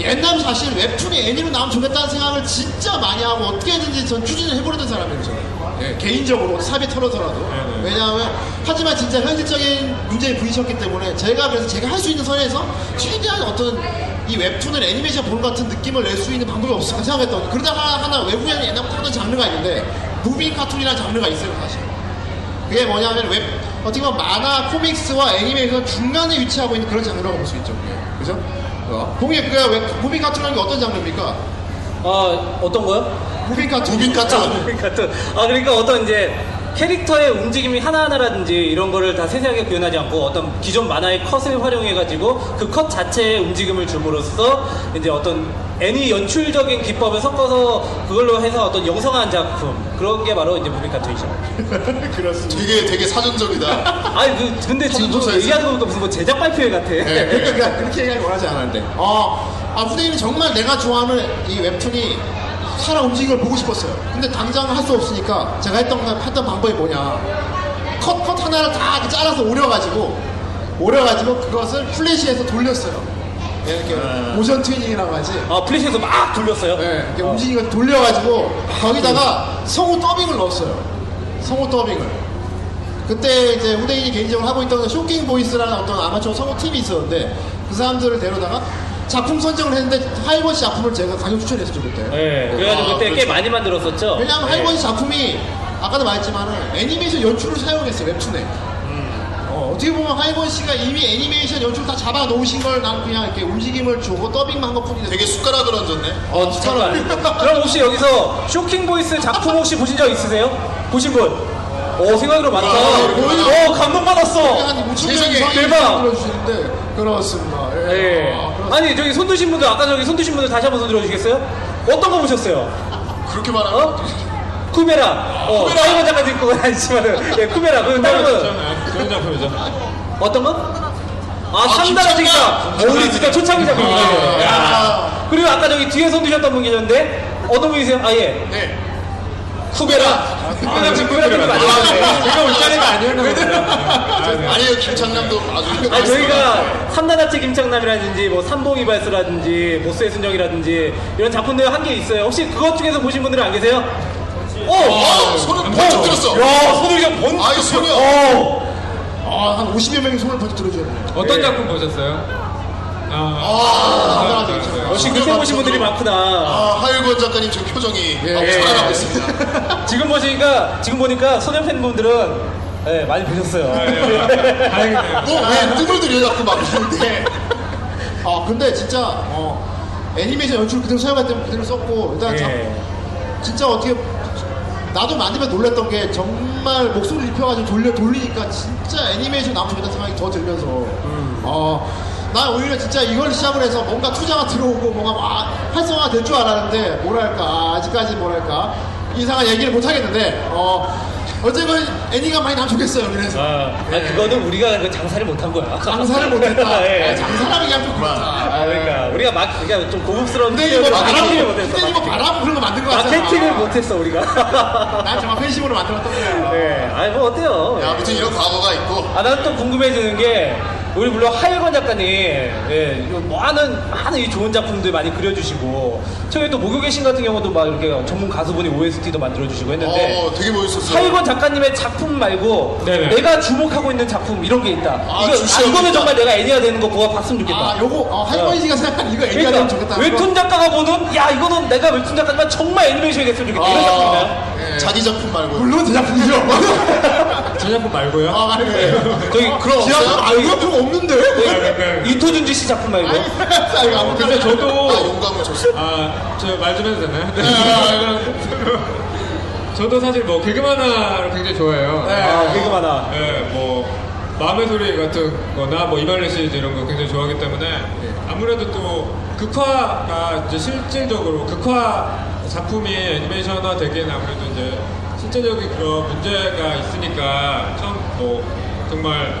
B: 옛날 사실 웹툰이 애니로 나오면 좋겠다는 생각을 진짜 많이 하고 어떻게든지 전 추진을 해보려던 사람이에요. 저는. 예, 개인적으로 삽이 털어서라도 왜냐하면 하지만 진짜 현실적인 문제에 부딪혔기 때문에 제가 그래서 제가 할 수 있는 선에서 최대한 어떤 이 웹툰을 애니메이션 보는 것 같은 느낌을 낼 수 있는 방법이 없을까 생각했더니 그러다가 하나 외국에는 옛날부터 하던 장르가 있는데 무빙 카툰이라는 장르가 있어요 사실 그게 뭐냐면 웹 어떻게 보면 만화 코믹스와 애니메이션 중간에 위치하고 있는 그런 장르라고 볼 수 있죠 그게. 그죠? 어, 공예 그게 웹 무빙 카툰이라는 게 어떤 장르입니까?
C: 아, 어떤 거요?
B: 무빙 카툰
D: 무빙 카툰.
C: 그러니까 또, 아, 그러니까 어떤 이제 캐릭터의 움직임이 하나하나라든지 이런 거를 다 세세하게 구현하지 않고 어떤 기존 만화의 컷을 활용해가지고 그 컷 자체의 움직임을 줌으로써 이제 어떤 애니 연출적인 기법을 섞어서 그걸로 해서 어떤 영성한 작품 그런 게 바로 이제 무빙 카툰이죠.
D: 되게, 되게 사전적이다.
C: 아니 그 근데 지금 뭐
D: 사전조사에서.
C: 얘기하는 거 보니까 무슨 뭐 제작 발표회 같아.
B: 네, 그러니까 그냥 그렇게 얘기하기 원하지 않았는데. 어, 아, 후대인은 정말 내가 좋아하는 이 웹툰이 살아 움직이는 걸 보고 싶었어요. 근데 당장 할 수 없으니까 제가 했던, 거- 했던 방법이 뭐냐. 컷, 컷 하나를 다 이렇게 잘라서 오려가지고, 오려가지고 그것을 플래시에서 돌렸어요. 예, 이렇게 모션 트위닝이라고 하지.
C: 아 플래시에서 막 돌렸어요.
B: 예, 이렇게 움직이는 걸 돌려가지고 거기다가 성우 더빙을 넣었어요. 성우 더빙을. 그때 이제 후대인이 개인적으로 하고 있던 그 쇼킹 보이스라는 어떤 아마추어 성우 팀이 있었는데 그 사람들을 데려다가 작품 선정을 했는데 하이번 씨 작품을 제가 가격 추천했었죠 그때.
C: 예. 그래가지고
D: 아,
C: 그때 예. 꽤
D: 그렇죠.
C: 많이 만들었었죠.
B: 왜냐하면
C: 음.
B: 하이번 씨 작품이 아까도 말했지만 애니메이션 연출을 사용했어요 웹툰에. 어, 어떻게 보면 하이번 씨가 이미 애니메이션 연출 다 잡아 놓으신 걸 난 그냥 이렇게 움직임을 주고 더빙만 한 것뿐인데
D: 되게 숟가락을 얹었네.
C: 어, 잠깐만. 그럼 혹시 여기서 쇼킹 보이스 작품 혹시 보신 적 있으세요? 보신 분? 어, 생각으로 많다.
D: 와,
C: 어, 감동받았어.
B: 한 5천 명
D: 세상에,
B: 이상이
C: 대박.
B: 들어주시는데 그렇습니다. 예.
C: 예. 아니, 저기 손 드신 분들, 아까 저기 손 드신 분들 다시 한번 손 들어주시겠어요? 어떤 거 보셨어요?
D: 그렇게 말하면
C: 어? 쿠메라. 어, 쿠메라. 이거 잠깐 듣고 아니지만은. 예, 쿠메라. 그 여러분,
E: 작품이잖아요. 좋은 작품이죠.
C: 어떤 거? 아, 삼다라
D: 김창렬!
C: 진짜. 어, 우리 진짜 초창기 작품이에요. 야. 그리고 아까 저기 뒤에 손 드셨던 분 계셨는데, 어떤 분이세요? 아, 예.
D: 네.
C: 쿠메라. 쿠메라 지금 쿠메라
E: 아,
C: 분들 맞
E: 네.
C: 요
E: 제가 올 자리가 아니었나 보다.
D: 아니에요 김창남도 아주
C: 아니 저희가 삼다나치 김창남이라든지 뭐 삼봉이발스라든지 모스의 순정이라든지 이런 작품들 한 게 있어요. 혹시 그것 중에서 보신 분들은 안 계세요? 어,
D: 아, 손을 번쩍 들었어.
C: 야, 손을 그냥 번.
D: 아이 손이야.
C: 어.
B: 아, 한 50여 명이 손을 번쩍 들어줘요.
C: 네.
E: 어떤 작품 보셨어요? 아,
B: 아,
C: 역시 그때 보신 분들이 많구나.
D: 아, 하일권 작가님 저 표정이
C: 예,
D: 아, 살아나고 있습니다.
C: 지금 보시니까 지금 보니까 소녀 팬분들은 예, 많이 보셨어요.
E: 다행이네요.
D: 너왜 어, 예, 뜸을 들여 자꾸 막 그러는데.
B: 예. 아, 근데 진짜 어, 애니메이션 연출 그대로 사용할 때는 그대로 썼고 일단 자-
C: 예.
B: 진짜 어떻게 나도 만들면 놀랐던 게 정말 목소리 입혀가지고 돌려 돌리니까 진짜 애니메이션 나온 줄 알았다는 생각이 더 들면서
C: 음.
B: 어, 난 오히려 진짜 이걸 시작을 해서 뭔가 투자가 들어오고 뭔가 막 활성화 될 줄 알았는데 뭐랄까 아, 아직까지 뭐랄까 이상한 얘기를 못 하겠는데 어 어쨌건 애니가 많이 나면 좋겠어요 그래서
C: 아, 아, 그거는 우리가 그 장사를 못한 거야.
B: 장사를 못했다
C: 예.
B: 아, 장사라는 게좀 그렇다
C: 아, 그러니까 우리가 막 그러니까 좀 고급스러운
B: 근데 이거
C: 표현을
B: 바람
C: 마케팅을
B: 근데 이거
C: 못했어.
B: 바람 그런 거 만든 거 같잖아
C: 마케팅을 못했어 우리가.
B: 난 정말 팬심으로 만들었던 거야
C: 네, 아니 뭐 어때요?
D: 야, 아무튼 이런 과거가 있고 어,
C: 아, 난 또 궁금해지는 게 우리 물론 하일건 작가님, 예, 이거 많은 많은 이 좋은 작품들 많이 그려주시고 저희 또 목요개신 같은 경우도 막 이렇게 전문 가수분이 OST도 만들어주시고 했는데
D: 어, 되게
B: 네.
D: 멋있었어요.
C: 네. 하일건 작가님의 작품 말고
E: 네네.
C: 내가 주목하고 있는 작품 이런 게 있다.
D: 아,
C: 이거 아,
D: 주시하고
C: 이거는
D: 있다.
C: 정말 내가 애니화 되는 거 보고 봤으면 좋겠다.
B: 아, 요거 어, 할머니 씨가 생각한 이거 얘기하면
C: 그러니까
B: 좋겠다.
C: 웹툰 작가가 보는 야 이거는 내가 웹툰 작가지만 정말 애니메이션이 됐으면 좋겠다 이런 작품인가요?
D: 아, 예. 자기 작품 말고.
B: 물론 제작품이죠.
E: 제 작품 말고요.
B: 아, 말해.
D: 예.
C: 저기
D: 그럼 없어요?
B: 기아 알고 본 없는데.
C: 네,
B: 네,
C: 이토준지 씨 작품 말고
B: 아, 이거 아무
E: 근데
D: 아,
E: 저도
D: 용감을 줬어.
E: 아, 저 말 좀 해도 되나요?
C: 네.
E: 아, 저도 사실 뭐 개그만화를 굉장히 좋아해요.
C: 아, 개그만화.
E: 예, 뭐 마음의 소리 같은 거나 뭐 이말레 시리즈 이런 거 굉장히 좋아하기 때문에 아무래도 또 극화가 이제 실질적으로 극화 작품이 애니메이션화 되기엔 아무래도 이제 실제적인 그런 문제가 있으니까 참 뭐 정말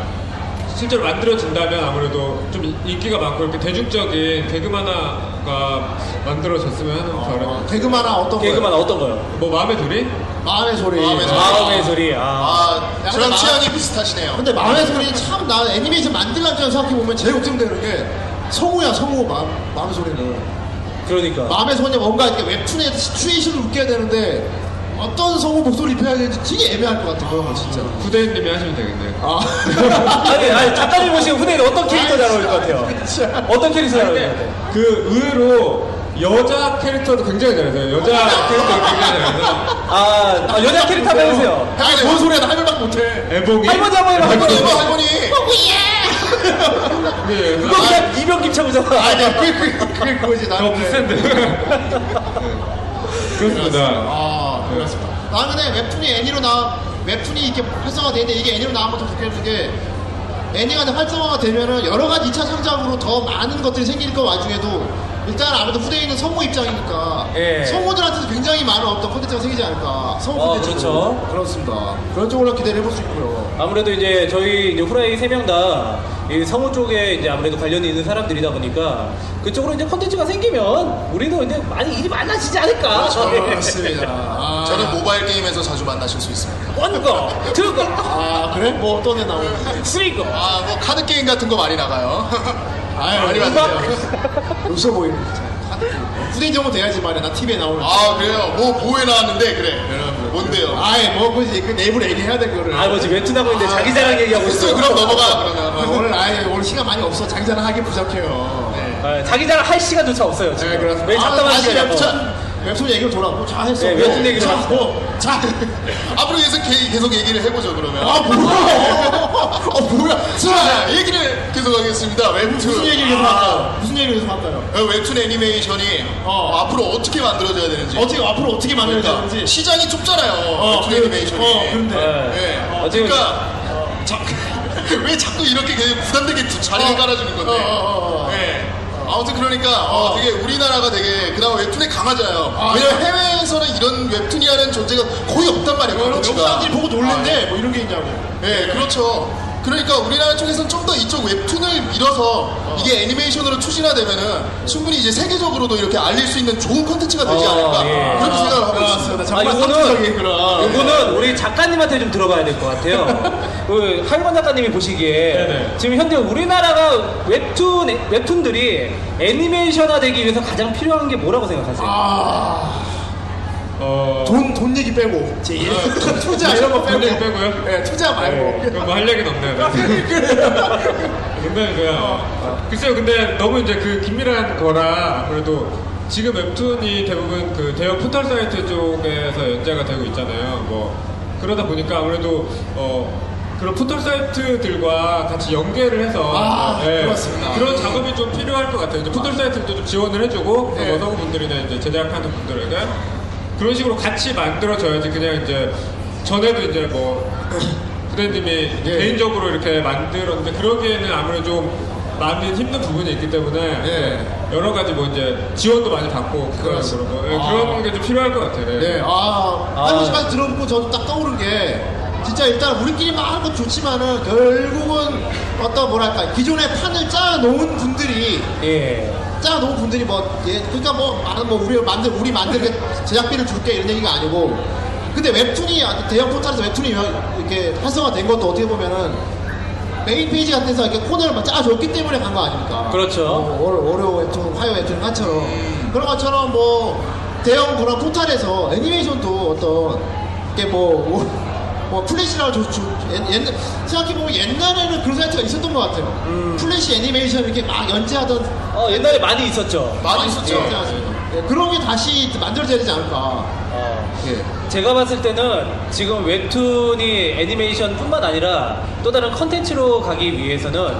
E: 실제로 만들어진다면 아무래도 좀 인- 인기가 많고 이렇게 대중적인 개그만화가 만들어졌으면 하는 바람.
B: 개그만화 어떤 거?
C: 개그만화 어떤 거요?
E: 뭐 마음의 소리?
B: 마음의 소리.
D: 마음의 소리.
C: 마음의 소리. 아.
D: 아, 저랑
B: 약간
D: 취향이 비슷하시네요.
B: 근데 마음의 소리 참 나 애니메이션 만들려면 생각해 보면 제일 걱정되는 게 성우야 성우 마음 마음의 소리는
C: 그러니까.
B: 마음의 소리 뭔가 이렇게 웹툰에 시츄에이션을 웃겨야 되는데 어떤 성우 목소리 입혀야 되는지 되게 애매할 것 같아 그런 거 진짜.
E: 구대님이 하시면 되겠네요.
C: 아니, 아니, 작가님 보시면 후대인 어떤 캐릭터 잘 어울릴 것
B: 네. 진짜.
C: 같아요? 어떤 캐릭터 잘 어울릴 것 같아요?
E: 그 의외로 여자 캐릭터도 굉장히 잘해서요. 여자 캐릭터 굉장히 잘해서
C: 아, 아, 여자 캐릭터 한번 해보세요.
B: 아니 뭔 소리야 나 할말 못해.
E: 애봉이
C: 할머니 한번 해봐, 할머니.
B: 어,
D: 이거 할머니.
E: 예,
C: 그거 그냥 이병 김창우잖아. 네.
B: 아니 그게 그게 그게 그거지 나.
E: 더 비싼데. 그렇습니다.
B: 아, 그렇습니다. 나 근데 웹툰이 애니로 나 웹툰이 이렇게 활성화 되는데 이게 애니로 나오면 더 좋겠는 게 애니가 이제 활성화가 되면은 여러 가지 2차 창작으로 더 많은 것들이 생길 것 와중에도 일단 아무래도 후대인은 성우 입장이니까
C: 예.
B: 성우들한테도 굉장히 많은 어떤 콘텐츠가 생기지 않을까 성우
C: 어,
B: 콘텐츠
C: 그렇죠.
B: 그렇습니다 그런 쪽으로 기대를 해볼 수 있고요
C: 아무래도 이제 저희 이제 후라이 세 명 다 이 성우 쪽에 이제 아무래도 관련이 있는 사람들이다 보니까 그쪽으로 이제 컨텐츠가 생기면 우리도 이제 많이 일이 많아지지 않을까.
B: 그렇죠. 그렇습니다 아,
D: 저는 모바일 게임에서 자주 만나실 수 있습니다.
C: 원고, 투고,
B: 아 그래? 뭐 또 내 나오는
C: 쓰리고.
D: 아, 뭐 카드 게임 같은 거 많이 나가요.
B: 아유
D: 많이 만나요.
B: 웃어 뭐 보이는 후대인 정도 돼야지 말이야 나 TV에 나오는
D: 아, 그래요. 뭐 보에 나왔는데 그래. 뭔데요?
B: 아이 뭐 그지 그 내부로 얘기해야 돼 그거를
C: 아, 뭐지, 웹툰 하고 있는데 자기 자랑 얘기하고 있어.
D: 글쎄요, 그럼 넘어가. 그러면.
B: 아, 오늘 아예 오늘 시간 많이 없어 장자랑 하기 부족해요. 네,
C: 아, 자기 자랑 할 시간조차 없어요. 지금. 왜
B: 아,
C: 네, 잡담하는
B: 다시
C: 시간이야? 뭐.
B: 웹툰 웹툰 얘기로 돌아오고 자 했어.
C: 네, 웹툰 얘기로
B: 자, 뭐, 자.
D: 앞으로 계속, 개- 계속 얘기를 해보죠, 그러면.
B: 아 뭐야? 어 뭐야?
D: 자, 얘기를 계속하겠습니다. 웹툰.
B: 무슨 얘기를 계속 할까요? 무슨 얘기를 계속 할까요?
D: 어, 웹툰 애니메이션이 어, 앞으로 어떻게 만들어져야 되는지.
B: 어떻게 앞으로 어떻게 만들어야
D: 그러니까
B: 되는지
D: 시장이 좁잖아요. 웹툰
B: 그-
D: 애니메이션이.
B: 어, 그런데.
D: 예.
C: 어, 지금-
D: 그러니까 자, 왜 자꾸 이렇게 그냥 부담되게 두- 자리를
B: 어.
D: 깔아주는 건데.
B: 어, 어, 어, 어.
D: 예. 아무튼 그러니까 어, 되게 우리나라가 되게 그나마 웹툰에 강하잖아요. 왜냐면 해외에서는 이런 웹툰이라는 존재가 거의 없단 말이에요.
B: 여기
D: 콘텐츠가.
B: 그렇죠. 사람들이 보고
D: 아,
B: 놀랜데 뭐 이런 게 있냐고.
D: 예, 그렇죠. 그러니까 우리나라 쪽에서는 좀 더 이쪽 웹툰을 밀어서 이게 애니메이션으로 추진화되면은 충분히 이제 세계적으로도 이렇게 알릴 수 있는 좋은 콘텐츠가 되지
C: 어,
D: 않을까
C: 예.
D: 그렇게 생각을 하고 있습니다.
C: 아,
B: 정말
C: 이거는,
B: 상투적인 그런.
C: 이거는 우리 작가님한테 좀 들어봐야 될 것 같아요. 그 할건 작가님이 보시기에
E: 네네.
C: 지금 현재 우리나라가 웹툰, 웹툰들이 애니메이션화 되기 위해서 가장 필요한 게 뭐라고 생각하세요?
E: 아. 어,
B: 돈, 돈 얘기 빼고. 제일. 네. 투자 이런 거 빼고.
E: 돈 얘기 네, 빼고요? 네,
B: 예, 투자 말고.
E: 그럼 뭐할 얘기는 없네요. 농담이고요. 글쎄요, 근데 너무 이제 그 긴밀한 거라 그래도 지금 웹툰이 대부분 그 대형 포털 사이트 쪽에서 연재가 되고 있잖아요. 뭐 그러다 보니까 아무래도 어 그런 포털 사이트들과 같이 연계를 해서
B: 아,
E: 예,
B: 그렇습니다.
E: 그런 작업이 좀 필요할 것 같아요. 이제 포털 사이트도 좀 지원을 해주고
D: 네.
E: 원서구분들이나 이제 제작하는 분들에게 그런 식으로 같이 만들어줘야지 그냥 이제 전에도 이제 뭐 부대님이
D: 예.
E: 개인적으로 이렇게 만들었는데 그러기에는 아무래도 좀 많이 힘든 부분이 있기 때문에
D: 예.
E: 여러 가지 뭐 이제 지원도 많이 받고 그런
D: 그렇습니다.
E: 거. 예, 그런 게 좀 필요할 것 같아요. 예.
B: 네, 아, 할머니만 들어보고 저도 딱 떠오른 게, 진짜 일단 우리끼리 막 하는 건 좋지만은, 결국은 어떤 뭐랄까, 기존의 판을 짜놓은 분들이,
C: 예.
B: 짜놓은 분들이 뭐, 예, 그러니까 뭐, 많은 뭐, 우리 만들, 우리 만들게 제작비를 줄게 이런 얘기가 아니고, 근데 웹툰이, 대형 포털에서 웹툰이 이렇게 활성화된 것도 어떻게 보면은, 메인 페이지 같은 데서 이렇게 코너를 막 짜줬기 때문에 간 거 아닙니까?
C: 그렇죠.
B: 어, 월, 월요 웹툰, 화요 웹툰 한처럼
D: 음.
B: 그런 것처럼 뭐 대형 그런 포탈에서 애니메이션도 어떤 이게 뭐, 뭐, 뭐 플래시라고 저, 저, 옛- 옛날 생각해보면 옛날에는 그런 사이트가 있었던 것 같아요
D: 음.
B: 플래시 애니메이션 이렇게 막 연재하던
C: 어, 옛날에 많이 있었죠.
D: 많이 있었죠.
B: 예, 예, 그런 게 다시 만들어져야 되지 않을까
C: 어.
B: 예.
C: 제가 봤을 때는 지금 웹툰이 애니메이션뿐만 아니라 또 다른 컨텐츠로 가기 위해서는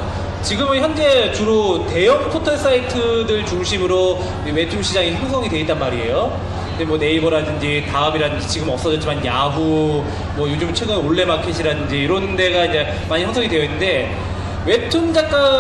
C: 지금은 현재 주로 대형 포털 사이트들 중심으로 이 웹툰 시장이 형성이 돼 있단 말이에요. 근데 뭐 네이버라든지 다음이라든지 지금 없어졌지만 야후 뭐 요즘 최근 올레마켓이라든지 이런 데가 이제 많이 형성이 되어 있는데 웹툰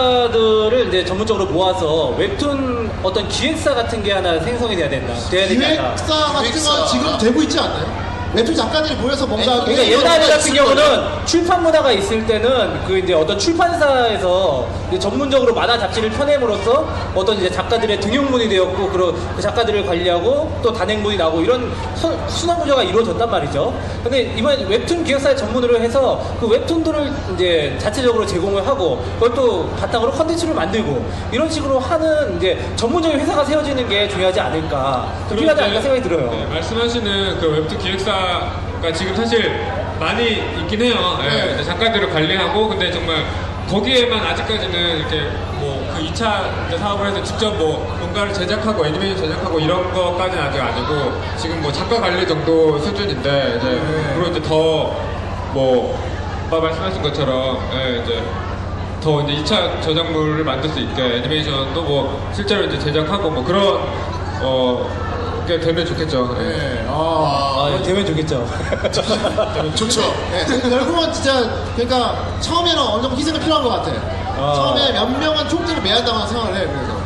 C: 작가들을 이제 전문적으로 모아서 웹툰 어떤 기획사 같은 게 하나 생성이 돼야 된다. 돼야 된다.
B: 기획사 같은 건
D: 기획사.
B: 지금 되고 있지 않나요? 웹툰 작가들이 모여서 뭔가
D: 아니,
E: 네.
C: 그러니까
D: 이런
C: 옛날
D: 문화가
C: 같은
D: 있을
C: 경우는 출판 문화가 있을 때는 그 이제 어떤 출판사에서 이제 전문적으로 만화 잡지를 펴냄으로써 어떤 이제 작가들의 등용문이 되었고 그런 그 작가들을 관리하고 또 단행문이 나고 이런 선- 순환 구조가 이루어졌단 말이죠. 근데 이번 웹툰 기획사의 전문으로 해서 그 웹툰들을 이제 자체적으로 제공을 하고 그걸 또 바탕으로 컨텐츠를 만들고 이런 식으로 하는 이제 전문적인 회사가 세워지는 게 중요하지 않을까 좀
E: 그런
C: 필요하지
E: 이제,
C: 않을까 생각이 들어요.
E: 네, 말씀하시는 그 웹툰 기획사가 지금 사실 많이 있긴 해요. 예,
D: 네.
E: 이제 작가들을 관리하고 근데 정말 거기에만 아직까지는 이렇게 뭐 그 2차 사업을 해서 직접 뭐 뭔가를 제작하고 애니메이션 제작하고 이런 것까지는 아직 아니고 지금 뭐 작가 관리 정도 수준인데 이제
C: 네.
E: 앞으로 이제 더뭐 아까 말씀하신 것처럼 예, 이제 더 이제 2차 저작물을 만들 수 있게 애니메이션도 뭐 실제로 이제 제작하고 뭐 그런 어게 되면 좋겠죠. 예.
D: 예. 아,
C: 아, 되면 좋겠죠.
E: 네.
D: 좋죠.
B: 예, 결국은 진짜 그러니까 처음에는 어느 정도 희생이 필요한 것 같아요.
C: 아.
B: 처음에 몇 명은 총기를 매야 한다고 생각을 해요. 그래서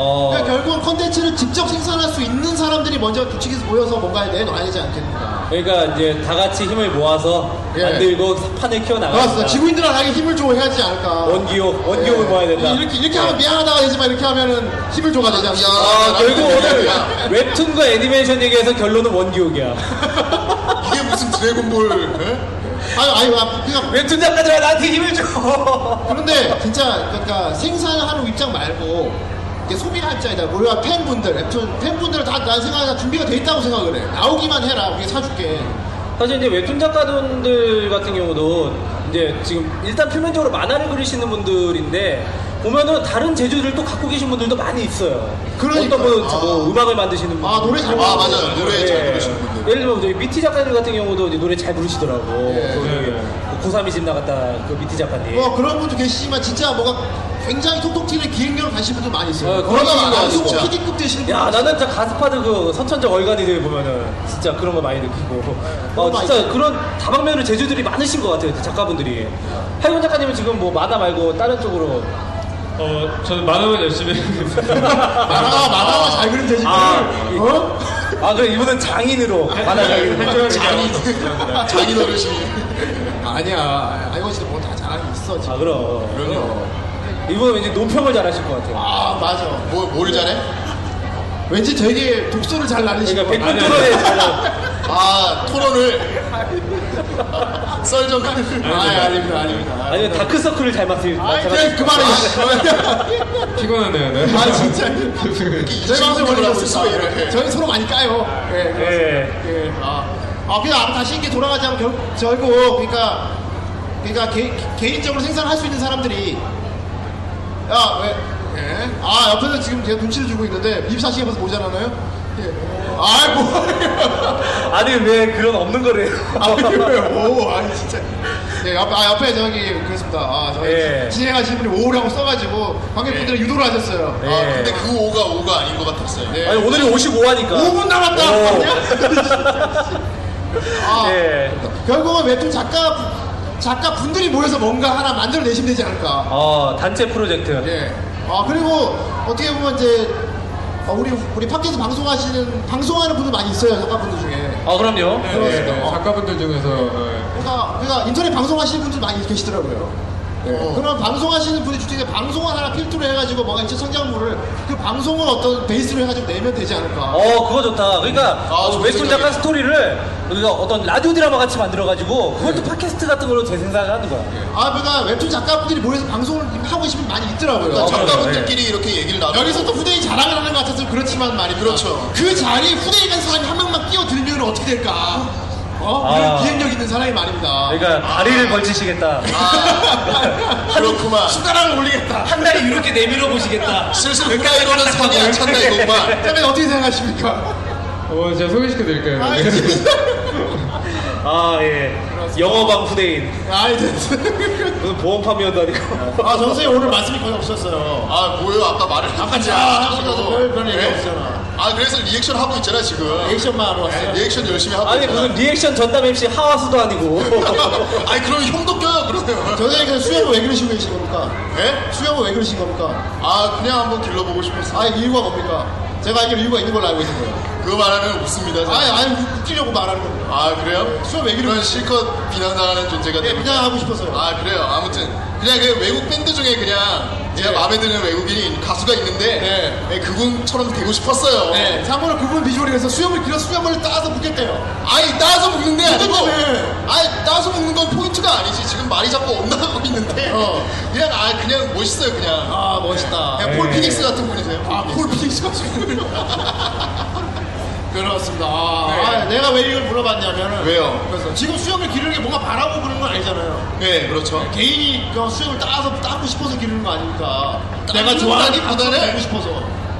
C: 어.
B: 그러니까 결국은 컨텐츠를 직접 생산할 수 있는 사람들이 먼저 규칙에서 모여서 뭔가 내놔야 되지 않겠는가.
C: 그러니까 이제 다 같이 힘을 모아서
B: 예.
C: 만들고 판을 키워
B: 알았어.
C: 나가자.
B: 지구인들한테 힘을 주고 해야지 않을까.
C: 원기옥, 아, 원기옥을 모아야 된다.
B: 이렇게 이렇게 하면 미안하다가 되지만 이렇게 하면은 힘을 줘가 되지 않을까.
D: 야,
C: 아, 결국 오늘
D: 야.
C: 웹툰과 애니메이션 얘기해서 결론은 원기옥이야.
D: 이게 무슨 드래곤볼 예?
B: 아유 아유 아, 그냥
C: 웹툰 작가들아 나한테 힘을 줘.
B: 그런데 진짜 그러니까 생산하는 입장 말고 이게 소비할 입장이다. 우리가 팬분들, 웹툰 팬분들 다난 생각하다 준비가 돼 있다고 생각을 해. 나오기만 해라. 우리 사줄게.
C: 사실 이제 웹툰 작가분들 같은 경우도 이제 지금 일단 표면적으로 만화를 그리시는 분들인데 보면은 다른 재주를 또 갖고 계신 분들도 많이 있어요.
B: 그러니까요.
C: 어떤 분은 뭐 음악을 만드시는 분.
B: 아, 노래 잘
D: 아, 맞아요. 노래 잘 부르시는 분들.
C: 네. 예를 들면 저희 미티 작가님 같은 경우도 이제 노래 잘 부르시더라고. 그 고3이 집 나갔다 그 미티 작가님.
B: 뭐 그런 분도 계시지만 진짜 뭐가 굉장히 톡톡 튀는 기획력을 가신 분들 많이 있어요.
C: 어,
B: 그러다
C: 그런 분들
B: 안쓰고
D: 진짜.
B: PD급 되시는 분들.
C: 야 나는 진짜 가스파드 그 선천적 얼간이들 보면은 진짜 그런 거 많이 느끼고 어,
B: 많이
C: 진짜 그런 다방면을 제주들이 많으신 것 같아요 그 작가분들이 할군 작가님은 지금 뭐 만화 말고 다른 쪽으로
E: 어, 저는 만화만 열심히 하고 있어요.
B: 만화가 만화가 잘 그리면 되지.
C: 아, 이-
B: 어?
C: 아 그래 이분은 장인으로 만화 아, 장인으로
D: 장인 어르신이.
B: 아니야. 알고 지도 뭐다 잘하고 있어 지금.
C: 아 그럼
D: 그럼요.
C: 이분은 이제 논평을 잘하실 것 같아요
B: 아 맞아.
D: 뭐, 뭘 잘해?
B: 왠지 되게 독소를 잘 날리시는
C: 그러니까
B: 것 같아.
C: 백분 토론에 잘
D: 아, 토론을. 썰전. 아, 아닙니다, 아닙니다.
C: 아니면 다크서클을 잘 맡으실
B: 아 이제 그만해.
D: 아,
B: 이씨.
E: 피곤하네요, 네.
B: 아 진짜. 저희
D: 친구들
B: 마음을
D: 몰라서
B: 몰랐어.
D: 왜 이렇게.
B: 저희 서로 많이 까요. 예.
C: 예.
B: 예. 아, 아 그냥 아무 다시 이게 돌아가자면 결, 결국 그러니까 그러니까 개, 개인적으로 생산할 수 있는 사람들이 야 왜? 예? 아 옆에서 지금 제가 눈치를 주고 있는데 24시에 봐서 보잖아요. 예. 아이 뭐?
C: 아니 왜 그런 없는 거래요
B: 아 왜요? 오 아니 진짜. 예, 옆, 아 옆에 저기 그렇습니다. 아 저희
C: 예.
B: 진행하시는 분이 오라고 써가지고 관객분들이 유도를 하셨어요.
C: 예.
D: 아, 근데 그 5가 5가 아닌 것 같았어요.
B: 네.
C: 아니 오늘이 55화니까
B: 5분 남았다.
C: 오.
B: 아,
C: 예.
B: 결국은 웹툰 작가 작가 분들이 모여서 뭔가 하나 만들어내시면 되지 않을까.
C: 어 단체 프로젝트
B: 예. 아 그리고 어떻게 보면 이제 어, 우리 우리 팟캐스트 방송하시는 방송하는 분들 많이 있어요 작가 분들 중에.
C: 아 그럼요
E: 네, 네,
B: 그렇습니다.
E: 네. 작가분들 중에서 네.
B: 그러니까 그러니까 인터넷 방송하시는 분들 많이 계시더라고요. 예.
D: 어.
B: 그런 방송하시는 분들 중에 방송을 하나 필두로 해가지고 뭔가 이제 성장물을 그 방송을 어떤 베이스로 해가지고 내면 되지 않을까.
C: 어 그거 좋다 그러니까 어,
D: 좋은
C: 웹툰 작가
D: 생각이다.
C: 스토리를 우리가 어떤 라디오 드라마 같이 만들어가지고 그걸 또 팟캐스트 같은 걸로 재생산을 하는 거야
B: 아 그러니까 웹툰 작가분들이 모여서 방송을 하고 계신 분 많이 있더라고요.
D: 그러니까
C: 아,
D: 작가분들끼리 이렇게 얘기를 나누고.
B: 여기서 또 후대인 자랑을 하는 것 같아서 그렇지만 말이
D: 그렇죠.
B: 그 자리에 후대인 같은 사람이 한 명만 끼어들면 어떻게 될까? 어? 이런
C: 아.
B: 기획력 있는 사람이 말입니다.
C: 그러니까 다리를 걸치시겠다
D: 그렇구만.
B: 숟가락을 올리겠다.
C: 아. 한 다리 이렇게 내밀어 보시겠다
D: 슬슬 그러니까 후라이로는 선이 안 찬다 이거구만.
B: 그러면 어떻게 생각하십니까?
E: 어, 제가 소개시켜 드릴까요?
B: 아,
E: 네.
B: 진짜.
C: 아예 영어방 후대인
B: 아,
C: 네.
B: 이제.
C: 오늘 보험판이었다 니까
B: 아, 정선생 오늘 말씀이 거의 없었어요.
D: 아 뭐예요 아까 말을 하지
B: 아까도 별- 별 얘기 없잖아.
D: 아 그래서 리액션 하고 있잖아 지금. 네,
B: 액션만 하러 왔어요.
D: 리액션 열심히 하고
C: 아니
D: 있잖아.
C: 무슨 리액션 전담 MC 하와수도 아니고
D: 아니 그럼 형도 껴요 그러면.
B: 정선생님 수영은 왜 그러신 거신 겁니까?
D: 예?
B: 수영은 왜 그러신 겁니까?
D: 아 그냥 한번 길러보고 싶었어.
B: 아, 이유가 뭡니까? 제가 알기로 이유가 있는 걸로 알고 있는 거예요.
D: 그 말하면 웃습니다.
B: 아, 아니, 웃기려고 말하는 겁니다.
D: 아 그래요? 수업 왜 그런 실컷 비난당하는 존재가
B: 예,
D: 되고
B: 그냥 하고 싶어서요.
D: 아 그래요 아무튼 그냥 그 외국 밴드 중에 그냥
B: 예.
D: 제가 마음에 드는 외국인 가수가 있는데
B: 네.
D: 예, 그분처럼 되고 싶었어요
B: 네, 참고로 그분 비주얼이 그래서 수염을 길어 수염을 따서 묶겠대요.
D: 아니 따서 묶는 게 아니고
B: 묶었다며.
D: 아니 따서 묶는 건 포인트가 아니지 지금 말이 자꾸 엇나가고 있는데
B: 어.
D: 그냥 아 그냥 멋있어요 그냥
B: 아, 멋있다.
D: 그냥 폴 피닉스 같은 분이세요
B: 아, 폴 피닉스 같은 그렇습니다. 아,
D: 네.
B: 아, 내가 왜 이걸 물어봤냐면은
D: 왜요?
B: 그래서 지금 수염을 기르는 게 뭔가 바라고 그런 건 아니잖아요.
D: 네 그렇죠
B: 개인이 그 수염을 따서 따고 싶어서 기르는 거 아닙니까?
D: 따는
B: 내가 좋아하는
D: 것보다는
B: 보다는 고 싶어서.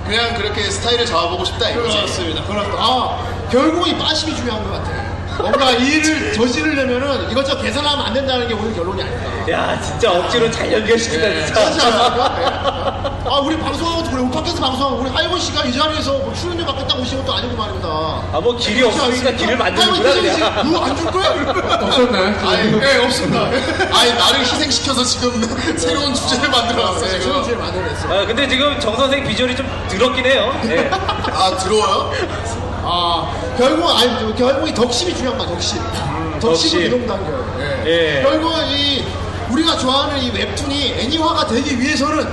D: 그냥 그렇게 스타일을 잡아보고 싶다 이거지
B: 그렇습니다. 그렇습니다. 아, 결국 이 빠심이 중요한 것 같아요. 뭔가 일을 저지르려면은 이것저것 계산하면 안 된다는 게 오늘 결론이 아닐까.
C: 야 진짜 억지로 잘 연결시킨다
B: 그렇지
C: 진짜
B: 않습니까? 네. 아, 우리 방송하고도 그래. 우리 팟캐스트 방송하고 우리 할곤 씨가 이 자리에서 뭐 출연료 받겠다고 오신 것도 아니고 말입니다. 아,
C: 아 뭐 길이
B: 그렇죠.
C: 없으니까 길을
B: 어,
C: 만드는구나 그냥
B: 뭐 안줄 거야?
E: 없었나요?
D: 아니 네, 없습니다 아니 나를 희생시켜서 지금 새로운 주제를 만들어놨어 지금
B: 제일 만들어냈어.
C: 아 근데 지금 정 선생 비주얼이 좀 더럽긴 해요 예.
D: 아 들어와요?
B: 아, 결국은, 아니, 저, 결국은 이 덕심이 중요한 거야, 덕심. 덕심을
C: 음, 덕심.
B: 이동단결.
C: 예.
B: 결국은 이, 우리가 좋아하는 이 웹툰이 애니화가 되기 위해서는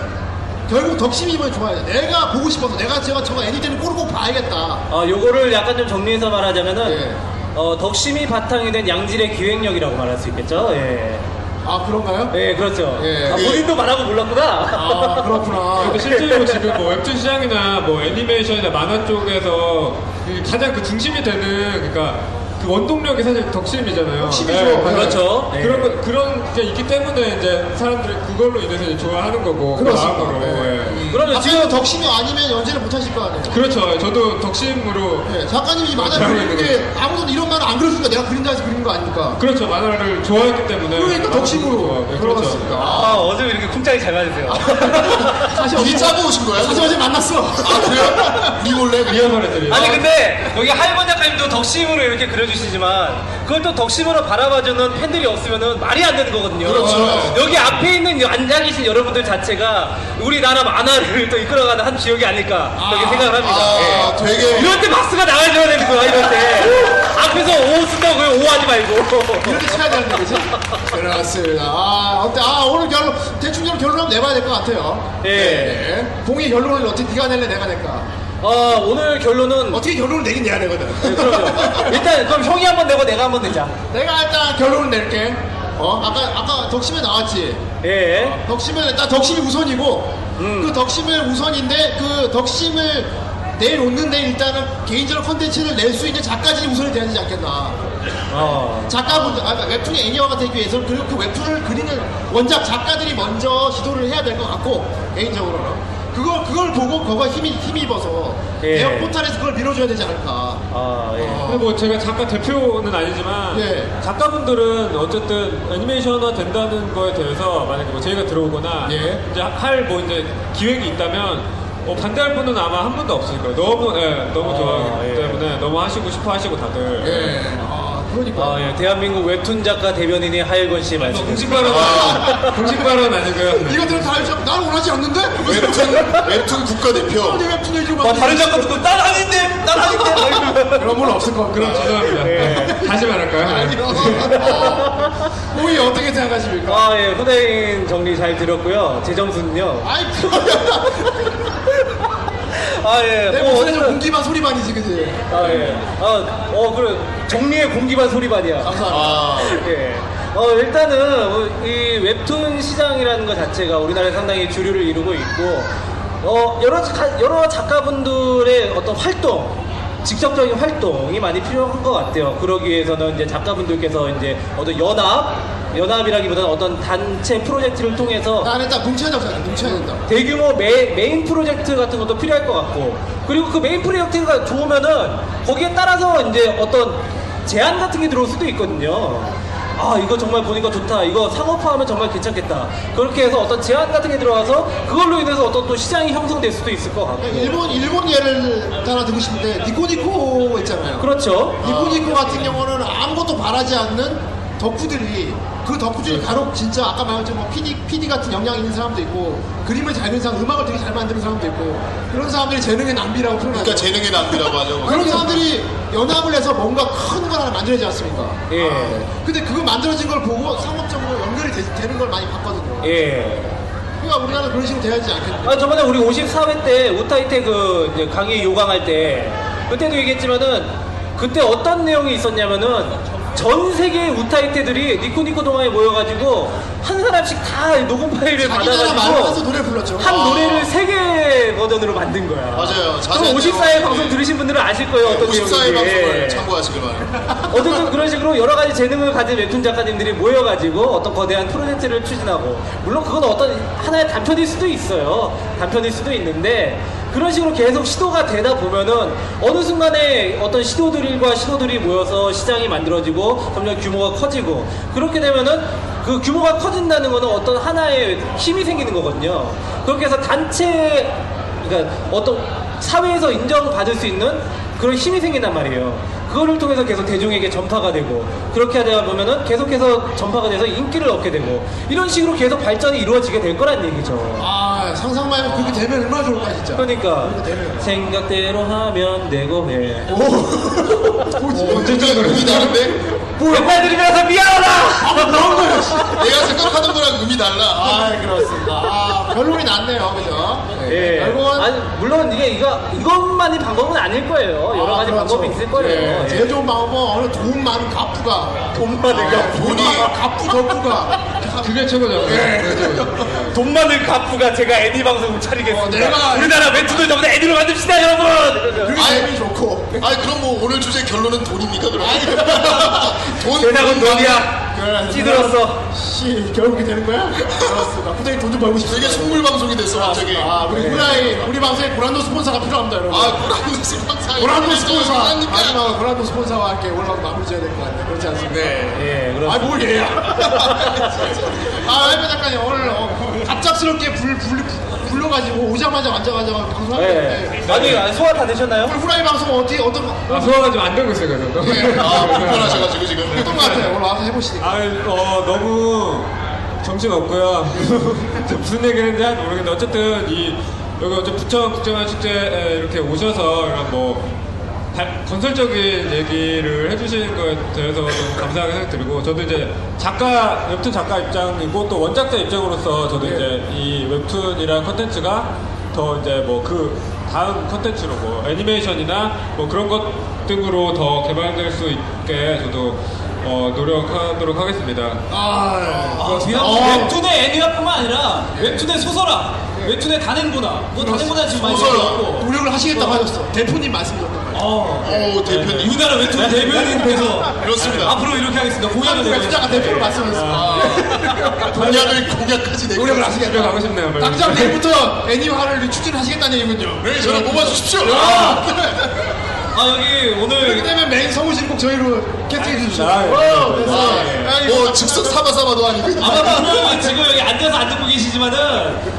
B: 결국 덕심이 이번에 좋아야 돼. 내가 보고 싶어서, 내가 제가 저거 애니 때는 꼴을 꼭 봐야겠다.
C: 어, 요거를 약간 좀 정리해서 말하자면은
B: 예.
C: 어, 덕심이 바탕이 된 양질의 기획력이라고 말할 수 있겠죠. 예,
B: 아, 그런가요?
C: 예 그렇죠.
B: 예.
C: 아, 본인도 말하고 몰랐구나.
B: 아, 그렇구나.
C: 그러니까
E: 근데 실제로 지금 뭐 웹툰 시장이나 뭐 애니메이션이나 만화 쪽에서 이 가장 그 중심이 되는 그러니까 그 원동력이 사실 덕심이잖아요.
B: 덕심이죠.
C: 그렇죠. 네.
E: 그런 거- 그런 게 있기 때문에 이제 사람들이 그걸로 인해서 이제 좋아하는 거고 그
B: 그렇습니다.
E: 마음으로.
B: 네.
E: 예.
C: 그러면 지금
B: 앞서 덕심이 아니면 연재를 못하실 거 아니에요.
E: 그렇죠. 저도 덕심으로
B: 네, 작가님이 이 만화
E: 그렇죠.
B: 그리는 게 아무도 이런 말을 안 그려주니까 내가 그린 자에서 그린 거 아닙니까?
E: 그렇죠 만화를 좋아했기 때문에
B: 그러니까 덕심으로
E: 네, 그렇죠.
B: 들어갔으니까.
C: 아, 어제 이렇게 쿵짝이 잘 맞으세요.
B: 다시
D: 둘이 짜고 오신 거예요?
B: 다시 어제 만났어.
D: 아 그래요? 니 몰래 그냥
E: 리얼 말해드리죠.
C: 아니 근데 여기 하이번 작가님도 덕심으로 이렇게 그려주시지만 그걸 또 덕심으로 바라봐주는 팬들이 없으면 말이 안 되는 거거든요.
D: 그렇죠.
C: 여기 앞에 있는 앉아 계신 여러분들 자체가 우리나라 만화를 또 이끌어가는 한 기억이 아닐까 그렇게 생각을 합니다.
D: 아
B: 네.
C: 예.
D: 되게
C: 이럴 때 박수가 나가줘야 되는 거야 이럴 때 앞에서 오 쓴다고요 오 하지 말고
B: 이렇게 쳐야 되는 거지.
D: 그렇습니다.
B: 아, 어때? 아, 오늘 결론, 대충 결론, 결론 한번 내봐야 될 것 같아요.
C: 예.
B: 네. 봉이 결론을 어떻게 네가 낼래, 내가 낼까?
C: 아 오늘 결론은
B: 어떻게 결론을 내긴 내야 되거든.
C: 그럼요. 일단 그럼 형이 한 번 내고 내가 한 번 내자
B: 내가 일단 결론을 낼게. 어? 아까, 아까 덕심에 나왔지?
C: 예
B: 덕심을, 일단 덕심이 우선이고, 그 덕심을 우선인데, 그 덕심을 내놓는데 일단은 개인적인 컨텐츠를 낼 수 있는 작가진이 우선이 돼야 되지 않겠나.
C: 어.
B: 작가분들, 아, 그러니까 웹툰이 애니화가 되기 위해서는 그리고 그 웹툰을 그리는 원작 작가들이 먼저 시도를 해야 될 것 같고 개인적으로는 그걸 그걸 보고 그거 힘이 힘입어서
C: 예.
B: 대형 포탈에서 그걸 밀어줘야 되지 않을까.
C: 아, 예.
E: 근데 뭐 제가 작가 대표는 아니지만
B: 예.
E: 작가분들은 어쨌든 애니메이션화 된다는 거에 대해서 만약에 뭐 저희가 들어오거나
B: 예.
E: 이제 할 뭐 이제 기획이 있다면 어, 반대할 분은 아마 한 분도 없을 거예요. 너무 예, 너무 좋아하기
C: 예.
E: 때문에 너무 하시고 싶어 하시고 다들
B: 예. 아, 그러니까.
C: 아, 예. 대한민국 웹툰 작가 대변인이 하일권 씨 말씀.
E: 어, 공식 발언 아니- 공식 발언 아니고요.
B: 이거 들은 다알죠 나는 원하지 않는데. 무슨
D: 웹툰 웹툰 국가대표
B: 내 웹툰 얘기고
C: 와, 다른 작가들도 딸 아닌데, 딸 아닌데.
B: 그런 건 없을 것
E: 그럼 죄송합니다. 다시 말할까요?
B: 같아요. 오이 어떻게 생각하십니까?
C: 아, 예. 후대인 정리 잘 들었고요. 제 점수는요.
B: 아이 그거야.
C: 아, 예.
B: 내
C: 어,
B: 목소리는
C: 어쨌든-
B: 네, 공기만 소리만이지 그지.
C: 아, 예. 아, 어, 그래. 정리의 공기반 소리반이야.
B: 감사합니다.
C: 예. 어, 일단은 어, 이 웹툰 시장이라는 것 자체가 우리나라에 상당히 주류를 이루고 있고 어, 여러, 작- 여러 작가분들의 어떤 활동 직접적인 활동이 많이 필요한 것 같아요. 그러기 위해서는 이제 작가분들께서 이제 어떤 연합, 연합이라기보다는 어떤 단체 프로젝트를 통해서
B: 나는 일단 뭉쳐야 된다. 뭉쳐야 된다.
C: 대규모 메, 메인 프로젝트 같은 것도 필요할 것 같고 그리고 그 메인 프로젝트가 좋으면은 거기에 따라서 이제 어떤 제안 같은 게 들어올 수도 있거든요. 아 이거 정말 보니까 좋다. 이거 상업화하면 정말 괜찮겠다. 그렇게 해서 어떤 제안 같은 게 들어와서 그걸로 인해서 어떤 또 시장이 형성될 수도 있을 것 같고
B: 일본 일본 예를 따라 들고 싶은데 니코니코 있잖아요.
C: 그렇죠.
B: 니코니코 같은 경우는 아무것도 바라지 않는 덕후들이 그 덕후들이 간혹 진짜 아까 말한 뭐 PD PD 같은 영향 있는 사람도 있고 그림을 잘 그리는 사람, 음악을 되게 잘 만드는 사람도 있고 그런 사람들이 재능의 낭비라고 표현하죠.
D: 그러니까 재능의 낭비라고 하죠.
B: 그런 사람들이 연합을 해서 뭔가 큰 걸 하나 만들어지 않습니까? 아,
C: 예.
B: 근데 그거 만들어진 걸 보고 상업적으로 연결이 되, 는걸 많이 봤거든요.
C: 예.
B: 그러니까 우리나라는 그런 식으로 돼야지 않겠나.
C: 아, 저번에 우리 54회 때 우타이테 그 이제 강의 요강할 때 그때도 얘기했지만은 그때 어떤 내용이 있었냐면은 전 세계 우타이테들이 니코니코 동아에 모여가지고 한 사람씩 다 녹음 파일을
B: 자기 나라 말하면서
C: 받아가지고
B: 노래 불렀죠.
C: 한
B: 아.
C: 노래를 세 개 버전으로 만든 거야.
D: 맞아요. 자세한
C: 그럼 54회
D: 내용은
C: 방송
D: 예.
C: 들으신 분들은 아실 거예요. 어떤
D: 54의
C: 내용인지.
D: 방송을
C: 예.
D: 참고하시길 바랍니다.
C: 어쨌든 그런 식으로 여러 가지 재능을 가진 웹툰 작가님들이 모여가지고 어떤 거대한 프로젝트를 추진하고 물론 그건 어떤 하나의 단편일 수도 있어요 단편일 수도 있는데 그런 식으로 계속 시도가 되다 보면은 어느 순간에 어떤 시도들과 시도들이 모여서 시장이 만들어지고 점점 규모가 커지고 그렇게 되면은 그 규모가 커진다는 거는 어떤 하나의 힘이 생기는 거거든요 그렇게 해서 단체 그러니까 어떤 사회에서 인정받을 수 있는 그런 힘이 생긴단 말이에요. 그거를 통해서 계속 대중에게 전파가 되고 그렇게 하다 보면은 계속해서 전파가 돼서 인기를 얻게 되고 이런 식으로 계속 발전이 이루어지게 될 거란 얘기죠.
B: 아 상상만 해도 그렇게 되면 얼마나 좋을까 진짜.
C: 그러니까 생각대로 하면 되고 예. 해.
B: 어, 그렇죠.
D: 언제적으로 의미 어, 다른데?
C: 맨날 들으면서 뭐 미안하다.
D: 내가 생각하는 거랑 의미 달라. 아,
B: 아 그렇습니다. 아, 결론이 났네요, 그죠?
C: 예.
B: 결국은
C: 아니, 물론 이게 이거 이것만이 방법은 아닐 거예요. 여러 가지 방법이 있을 거예요.
D: 어,
C: 예.
B: 제일 좋은 방법은 어느 돈 많은 가프가
C: 돈만
D: 어,
C: 을까
B: 돈이 가프 덕후가
E: 그게 최고죠. 그게 최고죠.
C: 돈 많은 가프가 제가 애니 방송을 차리겠습니다.
B: 어, 내가-
C: 우리나라 웹툰을 전부 다 애니로 만듭시다, 여러분!
B: 그게
D: 아이.
B: 재미 좋고
D: 아니 그럼 뭐 오늘 주제 결론은 돈입니까 그럼? 돈,
F: 대답은
D: 돈,
F: 돈이야. 찌들었어.
B: 씨, 결국이 되는 거야? 그렇습니다. 후대인 돈좀 벌고 싶어.
D: 되게 속물 방송이 됐어 갑자기.
B: 아, 우리 후라이, 우리 방송에 고란도 스폰서가 필요합니다, 여러분.
D: 아 고란도 스폰서.
B: 고란도 스폰서.
D: 고란도입니다.
B: 마지막으로 고란도 스폰서와 함께 올라가고 마무리 지어야 될 것 같아요. 그렇지 않습니까?
D: 네.
F: 예, 그렇습니다.
B: 아, 뭘 얘야. 아, 해변 작가님, 오늘 어, 갑작스럽게 불, 불, 불러가지고 오자마자 앉아가지고
C: 네.
B: 방송하는데.
F: 예. 아니, 아니, 소화 다 되셨나요?
B: 후라이 방송 어디, 어떤,
E: 아, 소화가 좀 안 되고 있어요, 그래서.
D: 아 불편하셔가지고 지금.
B: 어떤 것 같아요? 오늘 와서 해보시니까.
E: 아, 어, 너무 정신 없고요. 저 무슨 얘기를 했는지 잘 모르겠는데 어쨌든 이 여기 어제 부천 국정원 축제에 이렇게 오셔서 이런 뭐 발- 건설적인 얘기를 해주시는 거에 대해서 너무 감사하게 생각드리고 저도 이제 작가 웹툰 작가 입장이고 또 원작자 입장으로서 저도 이제 이 웹툰이란 컨텐츠가 더 이제 뭐 그 다음 컨텐츠로 뭐 애니메이션이나 뭐 그런 것 등으로 더 개발될 수 있게 저도 어, 노력하도록 하겠습니다.
B: 아,
C: 아, 미안.
B: 어.
C: 웹툰의 애니화뿐만 아니라 웹툰의 소설아, 웹툰의 단행본아, 뭐 단행본아 지금 많이
D: 소설아.
C: 나왔고,
B: 노력을 하시겠다고 하셨어. 대표님 말씀이었단 네, 말이야.
C: 어,
D: 오 대표님.
C: 우리나라 웹툰 대변인 돼서 네,
D: 그렇습니다. 네.
C: 앞으로 이렇게 하겠습니다. 공약을
B: 우리가
C: 내고.
B: 투자가 대표로 말씀하셨어.
D: 아. 공약을 공약까지 내고.
B: 노력을 하시겠다.
E: 가고 싶네요. 뭐. 빨리.
B: 당장 내일부터 애니화를 추진하시겠다는 얘기군요.
D: 네 저를 뽑아주십시오.
C: 아 여기
B: 그렇게
C: 오늘
B: 되면 메인 성우실 꼭 저희로 캐스팅해 주십시오.
E: 아, 예.
B: 와우,
D: 아,
B: 그래서
D: 예. 뭐 즉석 사바사바도 아니고.
C: 아마 분명히 지금 여기 앉아서 안 듣고 계시지만은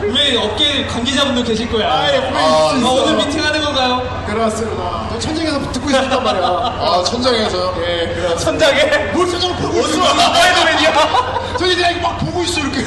C: 분명히 업계 관계자분들 계실 거야.
B: 아예
C: 아,
B: 보내주실 수
C: 오늘
B: 네, 있어요.
C: 미팅하는 건가요?
B: 그렇습니다. 너 천장에서 듣고 있었단 말이야.
D: 아 천장에서요.
B: 예, 그렇습니다.
F: 천장에.
B: 뭘 천장을 보고 있어? 스파이더맨이야? 저기 그냥 막 보고 있어, 이렇게.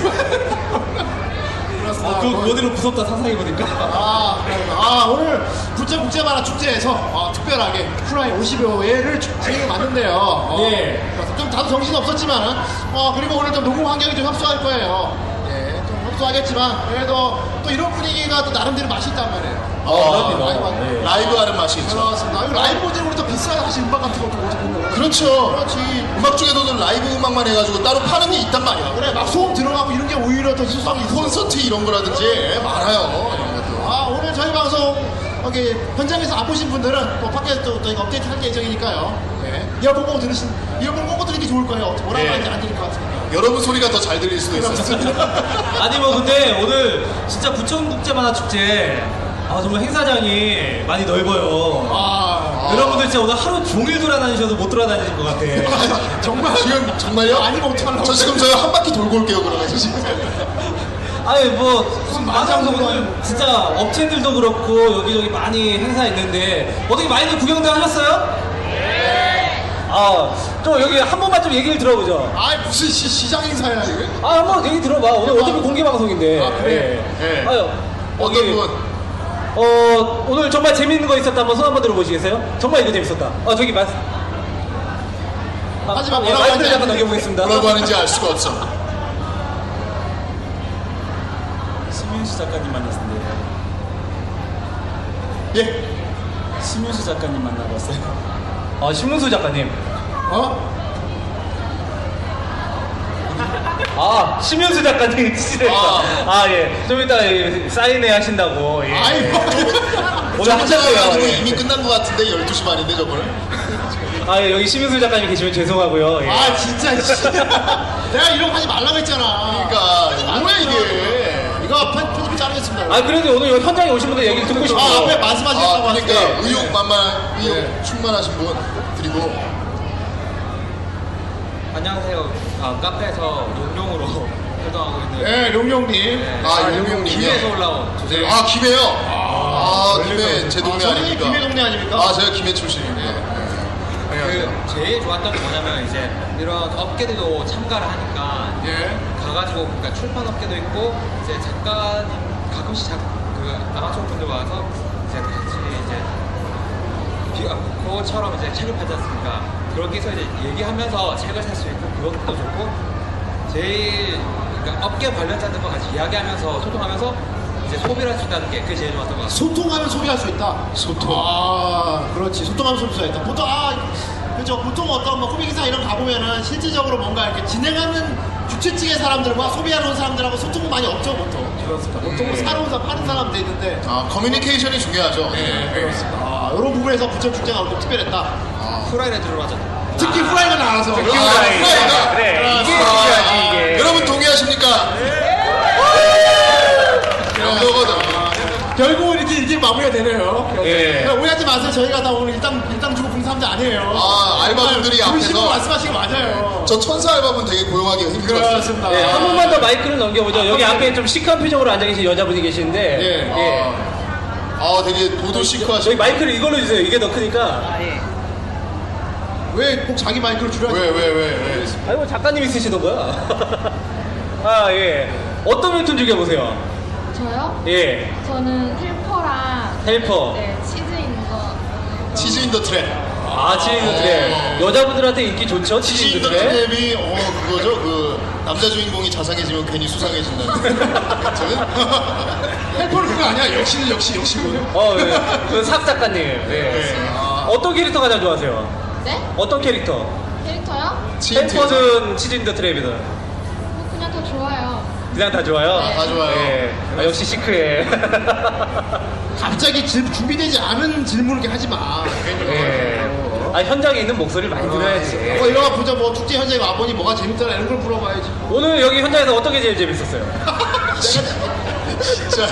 B: 그렇습니다.
C: 그 모델은 무섭다 상상해 보니까.
B: 아, 그렇구나. 아, 오늘 부천 국제만화 축제에서 어, 특별하게 프라이 50여 회를 축- 진행해 봤는데요. 어,
C: 예.
B: 그래서 좀 다들 정신 없었지만, 어, 그리고 오늘 좀 녹음 환경이 좀 협소할 거예요. 예, 좀 협소하겠지만, 그래도 또 이런 분위기가 또 나름대로 맛이 있단 말이에요.
D: 아,
B: 라이브,
D: 라이브, 라이브 하는 맛이 있죠.
B: 그렇습니다. 이거 라이브 모델로 또 비싸게 사실 음악 같은 것도 오지 보면.
D: 그렇죠.
B: 그렇지.
D: 음악 중에서도 라이브 음악만 해가지고 따로 파는 게 있단 말이야.
B: 그래, 막 소음 들어가고 이런 게 오히려 더 수성이 있어.
D: 콘서트 이런 거라든지 예, 많아요. 이런 것도.
B: 아, 오늘 저희 방송 여기 현장에서 안 보신 분들은 또 팟캐스트 또 이거 업데이트 할 예정이니까요. 네. 이어폰 꽂고 들으신, 이어폰 꽂고 들으기 좋을 거예요. 뭐라고
D: 예.
B: 하는지 안 들릴 것 같으니까.
D: 여러분 소리가 더 잘 들릴 수도 있어요.
C: 아니 뭐 근데 오늘 진짜 부천국제만화축제 아 정말 행사장이 많이 넓어요.
B: 아,
C: 여러분들 진짜 오늘 하루 종일 돌아다니셔서 못 돌아다니실 것 같아.
D: 정말 지금 정말요?
B: 뭐
D: 아니면 어떡하려고? 저 지금 저희 한 바퀴 돌고 올게요 그러면 지금.
C: 아니 뭐 마장소 오늘 진짜 업체들도 그렇고 여기저기 많이 행사 있는데 어떻게 많이들 구경도 하셨어요? 아, 좀 여기 한 번만 좀 얘기를 들어보죠.
B: 아 무슨 시, 시장 행사야, 이게?
C: 아, 한 번 얘기 들어봐. 오늘 어차피 공개 방송인데. 네.
B: 아, 그래?
D: 예.
C: 아유,
D: 어떤
C: 여기,
D: 분?
C: 어, 오늘 정말 재밌는 거 있었다. 한번 손 한번 들어보시겠어요? 정말 이거 재밌었다. 아, 저기 맞.
B: 하지만
C: 예,
B: 뭐라고
C: 마이크를
B: 하는지
C: 잠깐 넘겨보겠습니다.
D: 뭐라고 하는지 알 수가 없어.
C: 심윤수 작가님 만났는데
B: 예.
C: 심윤수 작가님 만나봤어요. 아, 심윤수 작가님.
B: 어?
C: 아, 심윤수 작가님 시대다. 아, 예. 좀 이따 예, 사인회 하신다고. 예.
B: 아이, 뭐.
C: 오늘
D: 가지고
C: 하셨어요.
D: 이미 끝난 것 같은데 12시 반인데 저거는?
C: 아, 예. 여기 심윤수 작가님 계시면 죄송하고요. 예.
B: 아, 진짜, 씨. 내가 이런 거 하지 말라고 했잖아.
D: 그러니까 뭐야 이게?
B: 이거 편- 편집 자르겠습니다.
C: 아, 그래도 오늘 여기 현장에 오신 분들 얘기 듣고 싶어요.
B: 아, 앞에 말씀하시겠다고
D: 아,
B: 하는데. 예.
D: 그러니까 의욕 만만, 의욕 충만하신 분 그리고
G: 안녕하세요. 아, 카페에서 용룡으로 활동하고 있는
B: 예, 용용님.
D: 아 용용님이요.
G: 김해에서 올라온 조세
D: 아 김해요. 아, 김해 제 동네
B: 저는
D: 아닙니까?
B: 김해 동네 아닙니까?
D: 아 제가 김해 출신입니다.
G: 그 제일 좋았던 게 뭐냐면 이제 이런 업계들도 참가를 하니까 가가지고 그러니까 출판 업계도 있고 이제 작가 가끔씩 작, 그 아마추어 분들 와서 이제 같이 이제 비- 아, 그거처럼 이제 책을 팔지 않습니까? 그렇게서 이제 얘기하면서 책을 살 수 있고 그것도 좋고 제일 그러니까 업계 관련자들과 같이 이야기하면서 소통하면서 이제 소비를 할 수 있다는 게 그게 제일 좋았던 것 같아요.
B: 소통하면 소비할 수 있다. 소통. 아, 그렇지. 소통하면 소비할 수 있다. 보통 아, 그죠. 보통 어떤 뭐 코믹 기사 이런 거 가보면은 실질적으로 뭔가 이렇게 진행하는 주최 측의 사람들과 소비하는 사람들하고 소통은 많이 없죠, 보통. 그렇습니다. 보통 뭐 사는 사람, 파는 사람들 있는데.
D: 아 커뮤니케이션이 중요하죠. 네,
B: 아, 이런 부분에서 부천 축제가 오늘 좀 특별했다.
G: 프라이를 들어가죠.
B: 특히 후라이가 나와서.
D: 아,
C: 후라이.
D: 후라이가?
C: 그래, 이게
D: 아,
C: 중요하지,
D: 아,
C: 이게.
D: 여러분 동의하십니까? 네, 그런 거거든.
B: 결국은 이렇게 이게 마무리가 되네요.
C: 예.
B: 그러니까 오해하지 마세요. 저희가 다 오늘 일당 일당 주고 봉사함자 아니에요.
D: 아, 알바분들이
B: 정말
D: 앞에서.
B: 부르시고 말씀하시는 거 맞아요.
D: 저 천사 알바분 되게 고용하기가 힘들었어요. 예.
B: 그렇습니다.
C: 네, 한 번만 더 마이크를 넘겨보죠. 여기 앞에 좀 시크한 표정으로 앉아 계신 여자분이 계시는데.
B: 아, 네. 예.
C: 예.
D: 아, 되게 도도 시크하시고.
C: 저희 마이크를 이걸로 주세요. 이게 더 크니까.
B: 왜 꼭 자기 마이크를 줄여야
D: 왜, 왜, 왜, 왜.
C: 아이고, 뭐 작가님이 쓰시던 거야. 아, 예. 어떤 웹툰 즐겨보세요?
H: 저요?
C: 예.
H: 저는 헬퍼랑
C: 헬퍼.
H: 네, 치즈 있는 거.
D: 치즈 인더 트랩.
C: 아, 치즈 드랩. 여자분들한테 인기 좋죠?
D: 치즈
C: 치즈
D: 인더
C: 드랩.
D: 트랩이, 어, 그거죠. 그, 남자 주인공이 자상해지면 괜히 수상해진다는. 저는?
B: 헬퍼는 그거 아니야. 역시 역시 역시고.
C: 어, 예. 그삭 작가님. 예.
D: 네.
C: 어떤 캐릭터 가장 좋아하세요?
H: 네?
C: 어떤 캐릭터?
H: 캐릭터요?
C: 헬퍼든 치즈인더 트랩이든.
H: 뭐 그냥 다 좋아요.
C: 그냥 다 좋아요?
D: 다 좋아요.
C: 예. 아, 역시 시크해.
B: 갑자기 질- 준비되지 않은 질문을 이렇게 하지 마.
D: 네.
C: 예. 아, 현장에 있는 목소리를 많이
D: 아,
C: 들어야지.
B: 뭐 이러다 보자. 뭐 축제 현장에 와보니 뭐가 재밌더라 이런 걸 물어봐야지.
C: 오늘 여기 현장에서 어떤 게 제일 재밌었어요?
D: 진짜.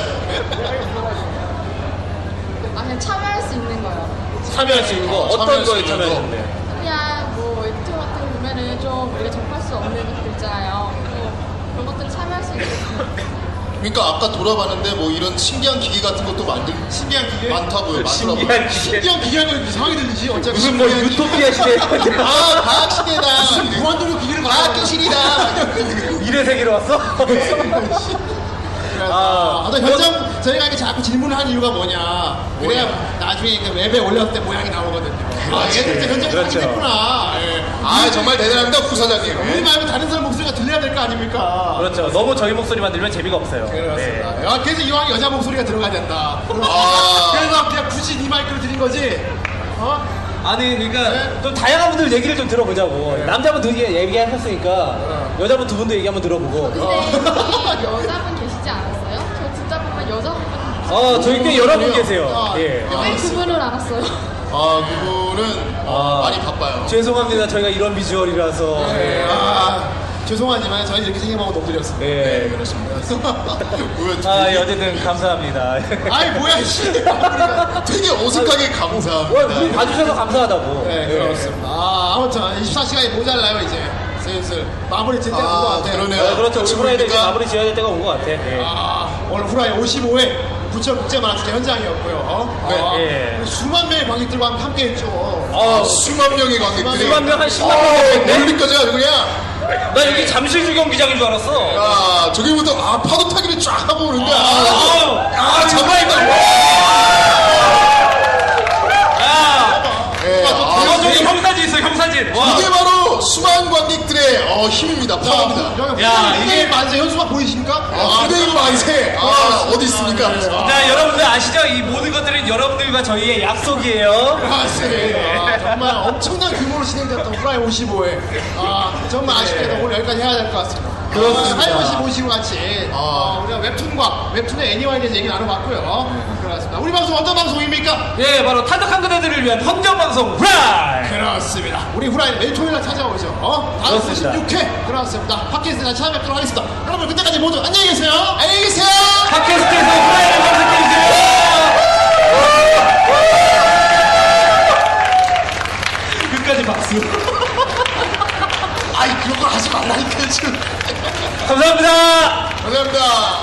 H: 아, 그냥 참여할 수 있는 거요.
C: 참여할 수 있는 거,
D: 어,
C: 어떤
D: 참여할 수
C: 거에
D: 있는 거.
C: 참여하셨는데?
H: 그냥 뭐 웹툰 같은 거 보면은 좀 우리가 접할 수 없는 글자예요. 뭐 그런 것들 참여할 수 있는 거.
D: 그러니까 아까 돌아봤는데 뭐 이런 신기한 기계 같은 것도 만들,
B: 신기한 기계.
D: 많다고요. 많더라고요.
C: 신기한 기계.
B: 신기한 기계는 이상하게 들리지. 어차피
C: 무슨 뭐
B: 신기한 기계.
C: 유토피아 시대에
D: 아, 과학시대다.
B: 무슨 무한도로 기계를
D: 아,
B: 말하는
D: 귀신이다.
C: 미래 세계로 왔어?
B: 아, 아, 또 현장 저희가 이렇게 자꾸 질문을 한 이유가 뭐냐. 그래야 나중에 그 웹에 올렸을 때 모양이 나오거든요. 아, 얘들 진짜 현장에
C: 그렇죠.
B: 사기됐구나. 예. 네.
D: 아, 정말 대단합니다, 부사장님.
B: 우리 말고 다른 사람 목소리가 들려야 될 거 아닙니까?
C: 그렇죠. 너무 저희 목소리만 들면 재미가 없어요. 네.
B: 그렇습니다. 아, 그래서 이왕 여자 목소리가 들어가야 된다.
D: 아.
B: 그래서 그냥 굳이 네 마이크를 드린 거지. 어?
I: 아니 그러니까
C: 좀 다양한 분들 얘기를 좀 들어보자고.
B: 네.
C: 남자분 두 개 얘기하셨으니까 여자분 두 분도 얘기 한번 들어보고.
H: 근데 여기 여자분 계시지 않았어요? 저 듣다 보면 여자분.
C: 아, 저희 꽤 여러 분 계세요.
B: 네.
D: 아,
C: 예.
H: 왜 그분을 알았어요?
D: 아, 그분은 어,
C: 아.
D: 많이 바빠요.
C: 죄송합니다. 저희가 이런 비주얼이라서.
B: 네.
C: 예.
B: 아, 죄송하지만 저희 이렇게 생각하고 못 드렸습니다. 네,
C: 예.
D: 네. 왜
C: 아, 예, 어쨌든 감사합니다.
B: 아이, 뭐야, 씨.
D: 되게 어색하게 감사합니다.
C: 우리 봐주셔서 감사하다고.
B: 네, 그렇습니다. 아, 아무튼 24시간이 모자라요, 이제. 슬슬. 마무리 진짜 한것
D: 아,
B: 같아요.
D: 그러네요.
C: 네, 그렇죠.
D: 같이
C: 우리 후라이드 이제
D: 보니까
C: 마무리 지어야 될 때가 온 것 같아. 예.
B: 아, 오늘 후라이 55회 부천 국제 만화축제 현장이었고요. 어?
D: 네,
B: 아,
C: 예.
B: 우리 수만 명의 관객들과 함께 했죠.
C: 아,
D: 수만
B: 네.
D: 명의 관객들이.
C: 수만 명, 한 10만 명
D: 아,
C: 됐는데?
D: 멀리까지 아주 그냥.
C: 나 여기 잠실 주경기장인 줄 알았어.
D: 아, 저기부터, 아, 파도 타기를 쫙 하고 오는데. 아,
C: 아,
D: 아, 정말. 예,
C: 아,
D: 아,
B: 네.
C: 저기 형사진 있어, 형사진. 와.
D: 이게 바로 수많은 관객들의 어, 힘입니다. 파워입니다.
B: 야, 이게 맞아요. 현수막 보이십니까?
D: 아, 후대인 만세. 아, 어디 있습니까?
C: 자, 여러분들 아시죠? 이 모든 것들은 여러분들과 저희의 약속이에요.
D: 네.
B: 아, 정말 엄청난 규모로 진행됐던 후라이 55회. 아, 정말 아쉽게도 오늘 여기까지 해야 될 것 같습니다. 아,
D: 그렇습니다. 아.
B: 하이오시 모시고 같이 어, 우리가 웹툰과 웹툰의 애니와에 대해서 얘기 나눠봤고요. 그렇습니다. 우리 방송 어떤 방송입니까?
C: 네,
I: 예 바로 탄덕한 그대들을 위한 헌정방송 후라이
B: 그렇습니다. 우리 후라이 매일 토요일날 찾아오죠. 어? 다음
C: 그렇습니다.
B: 96회 그렇습니다. 팟캐스트에 다시 찾아뵙도록 하겠습니다. 여러분 그때까지 모두 안녕히 계세요. 안녕히 계세요.
I: 팟캐스트에서 후라이를 검색해주세요
D: 끝까지 박수. 아이, 그런 걸 하지 말라니까, 지금.
I: 감사합니다
D: 감사합니다.